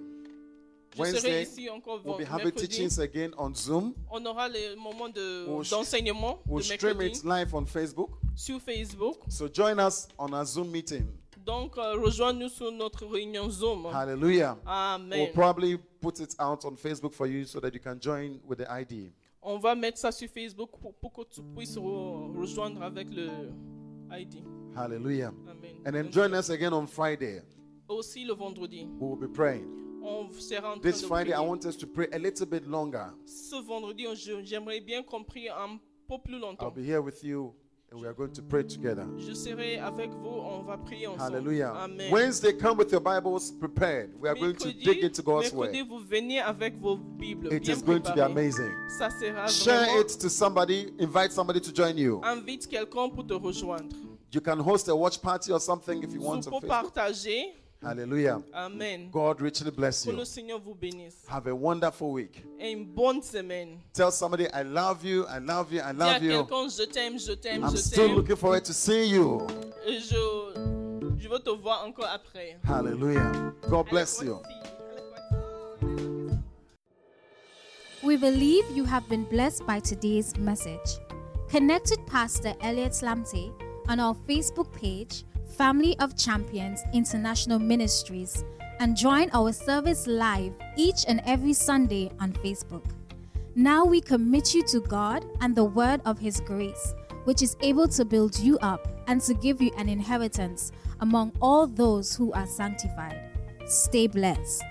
Je serai Wednesday, ici encore We'll be vendredi. having teachings again on Zoom. On aura les moments de- We'll sh- d'enseignement We'll de stream mercredi it live on Facebook. sur Facebook. So join us on our Zoom meeting. Donc, euh, rejoins-nous sur notre réunion Zoom. Hallelujah. We'll Amen. probably put it out on Facebook for you so that you can join with the ID. On va mettre ça sur Facebook pour, pour que tu puisses re- rejoindre avec le ID. Hallelujah. Amen. And then join us again on Friday. Aussi le vendredi. We will be praying. On sera en train This de Friday, I prier. want us to pray a little bit longer. Ce vendredi, on- je- j'aimerais bien qu'on prie un peu plus I'll longtemps. be here with you and we are going to pray together. Je serai avec vous, on va prier ensemble. Hallelujah. Amen. Wednesday, come with your Bibles prepared. We are going to Mercredi- dig into God's mercredi, Word. vous venez avec vos Bibles. It bien is going to be préparées. amazing. Ça sera Share vraiment... it to somebody, invite somebody to join you. Invite quelqu'un pour te rejoindre. You can host a watch party or something if you want to. Nous pour partager. Hallelujah. Amen. God richly bless Que you. le Seigneur vous bénisse. Have a wonderful week. Et une bonne semaine. Tell somebody, I love you, I love you, I Dis à love you. quelqu'un, je t'aime, je t'aime, I'm je still t'aime. looking forward to see you. Et Je, je veux te voir encore après. Hallelujah. God bless Allez, you. voici. We believe you have been blessed by today's message. Connect with Pastor Elliot Lamte on our Facebook page, Family of Champions International Ministries, and join our service live each and every Sunday on Facebook. Now we commit you to God and the word of His grace, which is able to build you up and to give you an inheritance among all those who are sanctified. Stay blessed.